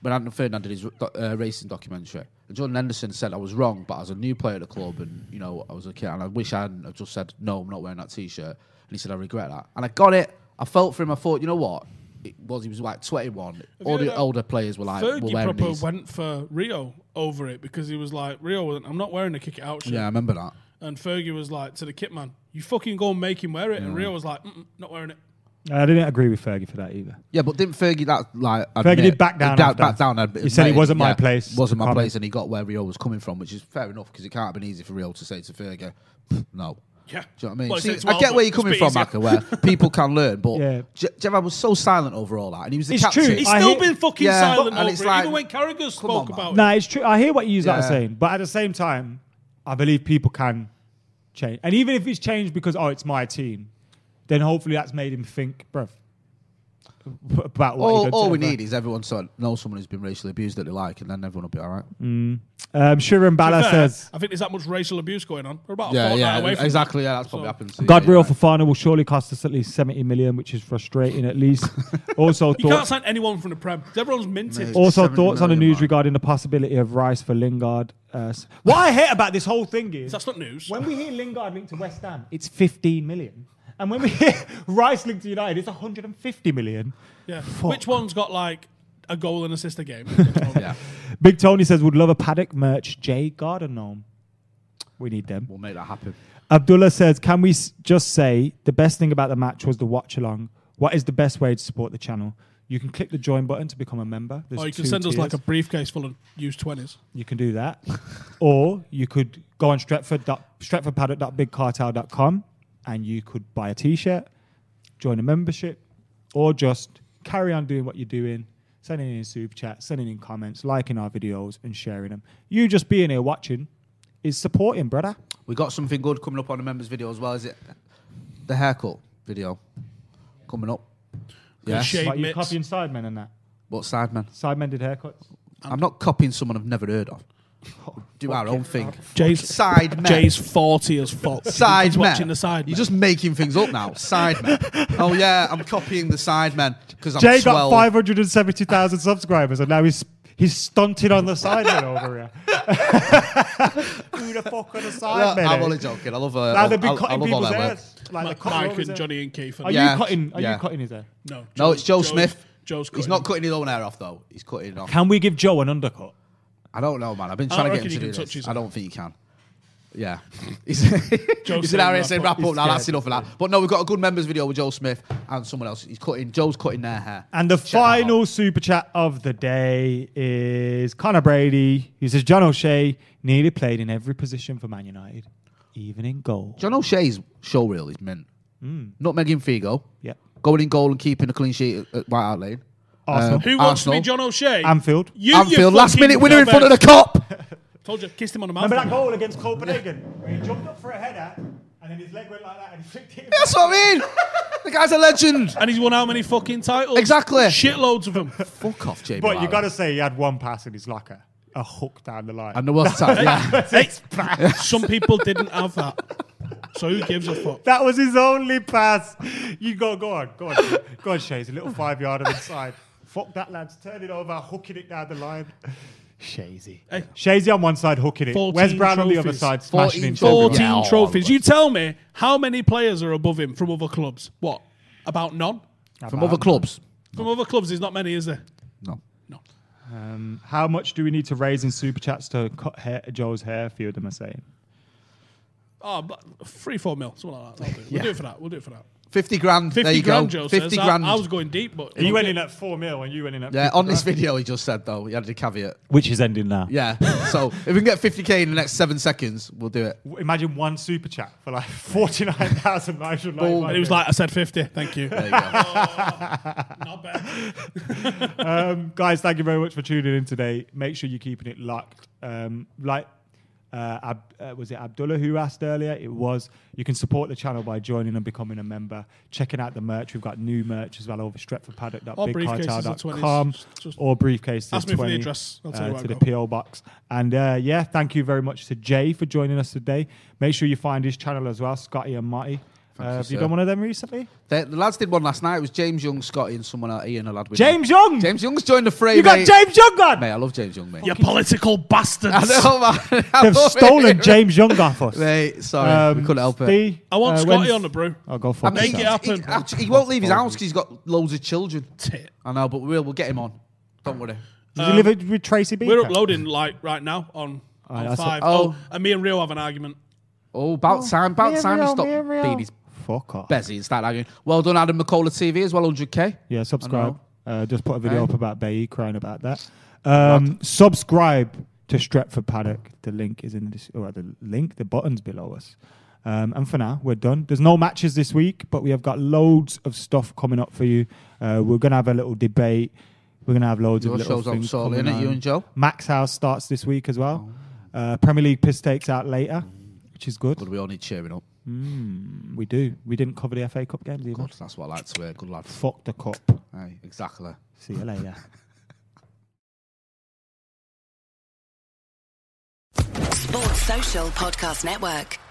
Speaker 4: when Anton Ferdinand did his do- uh, racing documentary, and John Anderson said I was wrong, but I was a new player at the club, and you know I was a kid, and I wish I hadn't have just said no, I'm not wearing that T-shirt. And he said I regret that, and I got it. I felt for him. I thought, you know what? It was he was like 21. All
Speaker 2: you
Speaker 4: the
Speaker 2: heard
Speaker 4: older players were like, were
Speaker 2: Fergie
Speaker 4: wearing
Speaker 2: proper
Speaker 4: these.
Speaker 2: went for Rio over it because he was like, "Rio, wasn't- I'm not wearing a kick it out shirt."
Speaker 4: Yeah, I remember that.
Speaker 2: And Fergie was like to the kit man, "You fucking go and make him wear it." And Rio was like, Mm-mm, "Not wearing it."
Speaker 3: I didn't agree with Fergie for that either.
Speaker 4: Yeah, but didn't Fergie that like
Speaker 3: Fergie
Speaker 4: admit-
Speaker 3: did back down
Speaker 4: da-
Speaker 3: after.
Speaker 4: back down. admit-
Speaker 3: He said it
Speaker 4: admitted,
Speaker 3: wasn't my place,
Speaker 4: Wasn't my
Speaker 3: comment.
Speaker 4: place, and he got where Rio was coming from, which is fair enough because it can't have been easy for Rio to say to Fergie, "Pff, no.
Speaker 2: Yeah.
Speaker 4: Do you know what I mean?
Speaker 2: Well, he
Speaker 4: See,
Speaker 2: said it's
Speaker 4: I get
Speaker 2: well,
Speaker 4: where you're
Speaker 2: it's
Speaker 4: coming
Speaker 2: a bit
Speaker 4: from,
Speaker 2: easier.
Speaker 4: Maka, where people can learn, but
Speaker 3: Yeah.
Speaker 4: Je- Gerard was so silent over all that, and he was the
Speaker 3: It's
Speaker 4: captain.
Speaker 3: true.
Speaker 2: *laughs* He's
Speaker 3: I
Speaker 2: still
Speaker 3: hate-
Speaker 2: been fucking
Speaker 4: Yeah.
Speaker 2: silent
Speaker 4: And
Speaker 2: over
Speaker 4: it's
Speaker 2: it,
Speaker 4: like-
Speaker 2: even when Carragher spoke
Speaker 4: on, man.
Speaker 2: about
Speaker 3: Nah, it's true. I hear what you are
Speaker 4: Yeah.
Speaker 3: saying, but at the same time, I believe people can change. And even if it's changed because oh, it's my team, then hopefully that's made him think, bruv, about what. he
Speaker 4: all
Speaker 3: done to
Speaker 4: all we
Speaker 3: Evra.
Speaker 4: need is everyone to know someone who's been racially abused that they like, and then everyone will be all right.
Speaker 3: Um, Shirin Bala
Speaker 2: it.
Speaker 3: says.
Speaker 2: I think there's that much racial abuse going on. We're about a
Speaker 4: Yeah,
Speaker 2: fortnight
Speaker 4: yeah,
Speaker 2: away from
Speaker 4: exactly. Yeah, that's probably
Speaker 2: So-
Speaker 4: happened. To
Speaker 3: Gabriel
Speaker 4: yeah,
Speaker 3: for Fofana will surely cost us at least 70 million, which is frustrating at
Speaker 4: *laughs*
Speaker 3: least. also
Speaker 2: You can't
Speaker 3: thoughts,
Speaker 2: sign anyone from the Prem. Everyone's minted.
Speaker 4: Mate.
Speaker 3: also
Speaker 4: 70
Speaker 3: thoughts on the
Speaker 4: million,
Speaker 3: news
Speaker 4: man.
Speaker 3: regarding the possibility of Rice for Lingard. Uh, s- what I hate about this whole thing is
Speaker 2: That's not news.
Speaker 3: when we hear Lingard linked to West Ham, it's 15 million. And when we *laughs* hear Rice linked to United, it's 150 million.
Speaker 2: yeah.
Speaker 3: Fuck.
Speaker 2: Which one's got like a goal and assist a game?
Speaker 4: *laughs* yeah.
Speaker 3: Big Tony says, would love a paddock merch J Garden gnome. We need them.
Speaker 4: We'll make that happen.
Speaker 3: Abdullah says, "Can we s- just say the best thing about the match was the watch along? What is the best way to support the channel? You can click the join button to become a member. There's
Speaker 2: Or Oh, you can
Speaker 3: two
Speaker 2: send us like a
Speaker 3: tiers.
Speaker 2: briefcase full of used twenties.
Speaker 3: you can do that, *laughs* or you could go on Stretford dot- stretfordpaddock.bigcartel.com and you could buy a T-shirt, join a membership, or just carry on doing what you're doing." Sending in super chats, sending in comments, liking our videos, and sharing them. You just being here watching is supporting, brother.
Speaker 4: We got something good coming up on the members' video as well. Is it the haircut video coming up? Yes.
Speaker 2: shave. Big
Speaker 3: Like you
Speaker 2: mix.
Speaker 3: copying Sidemen and that.
Speaker 4: What side man?
Speaker 3: Sidemen did haircuts.
Speaker 4: I'm not copying someone I've never heard of. Do our own thing.
Speaker 2: Jay's
Speaker 4: Side men.
Speaker 2: Jay's forty as fuck.
Speaker 4: Side
Speaker 2: He's
Speaker 4: men.
Speaker 2: watching the side.
Speaker 4: You're
Speaker 2: men.
Speaker 4: just making things up now. Side men. Oh yeah, I'm copying the side men because I'm
Speaker 3: Jay
Speaker 4: 12.
Speaker 3: got
Speaker 4: *laughs*
Speaker 3: 570,000 subscribers and now he's he's stunted on the sidemen over here. *laughs* Who the fuck are the
Speaker 4: Look,
Speaker 3: sidemen?
Speaker 4: I'm
Speaker 3: eh?
Speaker 4: only joking. I love. Uh,
Speaker 3: Now
Speaker 4: I,
Speaker 3: they've been
Speaker 4: I- I
Speaker 3: cutting
Speaker 4: love all
Speaker 3: people's
Speaker 4: that work.
Speaker 3: hairs. Like
Speaker 2: Ma-
Speaker 3: they're cutting
Speaker 2: Mike
Speaker 3: over his
Speaker 2: and
Speaker 3: hair.
Speaker 2: Johnny and Keith.
Speaker 3: Are
Speaker 2: And
Speaker 4: Yeah,
Speaker 3: you cutting? Are
Speaker 4: yeah.
Speaker 3: you cutting his hair?
Speaker 2: No,
Speaker 4: No, it's Joe
Speaker 2: Joe's-
Speaker 4: Smith.
Speaker 2: Joe's
Speaker 4: He's
Speaker 2: cutting
Speaker 4: not
Speaker 2: it.
Speaker 4: cutting his own hair off though. He's cutting it off.
Speaker 3: Can we give Joe an undercut?
Speaker 4: I don't know, man. I've been
Speaker 2: I
Speaker 4: trying to get
Speaker 2: reckon
Speaker 4: him
Speaker 2: he
Speaker 4: to do
Speaker 2: can touch
Speaker 4: this.
Speaker 2: his
Speaker 4: I
Speaker 2: own.
Speaker 4: don't think he can. Yeah. *laughs* He's, he's an
Speaker 2: Smith
Speaker 4: RSA
Speaker 2: wrap-up.
Speaker 4: wrap up
Speaker 3: He's
Speaker 4: now. That's
Speaker 3: scared.
Speaker 4: enough of that. But no, we've got a good members video with Joe Smith and someone else. He's cutting. Joe's cutting their hair.
Speaker 3: And the
Speaker 4: Check that out.
Speaker 3: final super chat of the day is Connor Brady. He says John O'Shea nearly played in every position for Man United, even in goal.
Speaker 4: John O'Shea's show reel is mint.
Speaker 2: Hmm.
Speaker 4: Not Megan Figo.
Speaker 3: Yeah.
Speaker 4: Going in goal and keeping a clean sheet at- at White Hart Lane. Uh,
Speaker 3: Arsenal.
Speaker 2: Who wants
Speaker 4: Arsenal.
Speaker 2: to be John O'Shea?
Speaker 3: Anfield.
Speaker 2: You, you
Speaker 4: Anfield, last
Speaker 2: fucking
Speaker 4: minute winner in
Speaker 2: knobhead.
Speaker 4: front of the cop.
Speaker 2: Told you, kissed him on the mouth.
Speaker 3: Remember *laughs* that goal against Copenhagen? Where he jumped up for a header and then his leg went like that and he *laughs* flicked it.
Speaker 4: That's
Speaker 2: *laughs*
Speaker 4: what I mean. The guy's a legend.
Speaker 2: And he's won how many fucking titles?
Speaker 4: Exactly.
Speaker 2: Shitloads of
Speaker 4: *laughs*
Speaker 2: them.
Speaker 4: Fuck off, Jamie.
Speaker 3: But you
Speaker 4: Vardy.
Speaker 3: got to say he had one pass in his locker, a hook down the line.
Speaker 4: And the
Speaker 2: *laughs*
Speaker 4: worst time. Yeah.
Speaker 3: It's bad.
Speaker 2: Some people didn't have that. So who gives a
Speaker 4: *laughs*
Speaker 2: fuck?
Speaker 3: that was his only pass. You go, go on, go on, go on, Shays. A little five yarder inside. Fuck that, lads. Turn it over, hooking it down the line. Shazy.
Speaker 2: Hey.
Speaker 3: Shazy on one side, hooking it.
Speaker 2: 14
Speaker 3: Wes Brown on the other
Speaker 2: trophies.
Speaker 3: side,
Speaker 4: 14
Speaker 3: smashing into everyone.
Speaker 2: 14
Speaker 4: Yeah, all
Speaker 2: trophies.
Speaker 4: over.
Speaker 2: You tell me how many players are above him from other clubs? What? About none?
Speaker 4: From other clubs.
Speaker 2: From other clubs, there's not many, is there?
Speaker 4: No.
Speaker 2: No.
Speaker 3: Um, how much do we need to raise in super chats to cut hair, Joe's hair? A few of them are saying.
Speaker 2: Oh, but three, four mil, something like that. That'll do. We'll do it for that. We'll do it for that.
Speaker 4: 50 grand. there
Speaker 2: 50
Speaker 4: you
Speaker 2: grand,
Speaker 4: go.
Speaker 2: Joe
Speaker 4: 50
Speaker 2: says. I-
Speaker 4: grand.
Speaker 2: I, was going deep, but
Speaker 3: You went in at four mil and you went in at
Speaker 4: yeah,
Speaker 3: 50
Speaker 4: on this
Speaker 3: grand.
Speaker 4: video he just said, though, he added a caveat.
Speaker 6: Which is ending now.
Speaker 4: Yeah. so if we can get 50K in the next seven seconds, we'll do it.
Speaker 3: Imagine one super chat for like forty nine thousand nine hundred ninety
Speaker 4: Boom.
Speaker 3: five.
Speaker 2: it was like, I said 50. Thank
Speaker 4: *laughs*
Speaker 2: you.
Speaker 4: There you go.
Speaker 2: Not bad.
Speaker 3: Um, guys, thank you very much for tuning in today. Make sure you're keeping it locked. Um, like, uh, Ab- uh, was it Abdullah who asked earlier? It was. You can support the channel by joining and becoming a member, checking out the merch. We've got new merch as well
Speaker 2: Or
Speaker 3: over
Speaker 2: briefcases at 20s.
Speaker 3: stretfordpaddock.bigcartel.com
Speaker 2: Just-
Speaker 3: or briefcases
Speaker 2: Ask me for the
Speaker 3: 20,
Speaker 2: address. I'll tell you
Speaker 3: uh,
Speaker 2: where I
Speaker 3: to the
Speaker 2: go.
Speaker 3: PO box. And uh, yeah, thank you very much to Jay for joining us today. Make sure you find his channel as well, Scotty and Marty. Uh,
Speaker 4: you,
Speaker 3: have you
Speaker 4: sir.
Speaker 3: done one of them recently?
Speaker 4: the, the lads did one last night. It was James Young, Scotty, and someone out Ian, a lad with
Speaker 3: James Young!
Speaker 4: James Young's joined the fray.
Speaker 3: you got
Speaker 4: mate.
Speaker 3: James Young on!
Speaker 4: Mate, I love James Young, mate.
Speaker 2: You political bastards.
Speaker 4: *laughs* I know, man. I
Speaker 3: They've
Speaker 4: love
Speaker 3: stolen
Speaker 4: it.
Speaker 3: James Young off us.
Speaker 4: *laughs*
Speaker 3: Um,
Speaker 4: Mate, sorry, we couldn't help it.
Speaker 3: Steve,
Speaker 2: I want
Speaker 3: uh,
Speaker 2: Scotty
Speaker 3: when's-
Speaker 2: on the brew.
Speaker 3: I'll go for
Speaker 4: I
Speaker 3: it.
Speaker 4: mean,
Speaker 2: Make it happen.
Speaker 4: He, actually, he won't leave his house because he's got loads of children.
Speaker 2: Tit.
Speaker 4: I know, but we'll, we'll get him on. Don't worry.
Speaker 3: Does he live it with Tracy B?
Speaker 2: We're uploading like right now on, on
Speaker 3: that's it.
Speaker 2: five.
Speaker 4: Oh.
Speaker 2: Oh. and me and Rio have an argument.
Speaker 4: Oh, about time, about time he
Speaker 3: oh,
Speaker 4: stopped being his
Speaker 3: Fuck off.
Speaker 4: bezzy and started arguing. Well done, Adam McCullough TV as well, 100k.
Speaker 3: Yeah, subscribe. Uh, just put a video
Speaker 4: Hey.
Speaker 3: up about Baye crying about that. Um, subscribe to Stretford Paddock. The link is in the dis- or the link, the button's below us. Um, and for now, we're done. There's no matches this week, but we have got loads of stuff coming up for you. Uh, we're gonna have a little debate. We're gonna have loads
Speaker 4: Your
Speaker 3: of little
Speaker 4: show's on
Speaker 3: things
Speaker 4: shortly,
Speaker 3: coming
Speaker 4: innit, you
Speaker 3: on.
Speaker 4: and Joe? Oh.
Speaker 3: Max House starts this week as well. Uh, Premier League piss takes out later, which is good.
Speaker 4: Good, we all need cheering up.
Speaker 3: We do. We didn't cover the FA Cup games either.
Speaker 4: Good, that's what I like to hear. Good lad.
Speaker 3: Fuck the cup.
Speaker 4: Aye, exactly.
Speaker 3: See you later.
Speaker 1: Sports Social Podcast Network.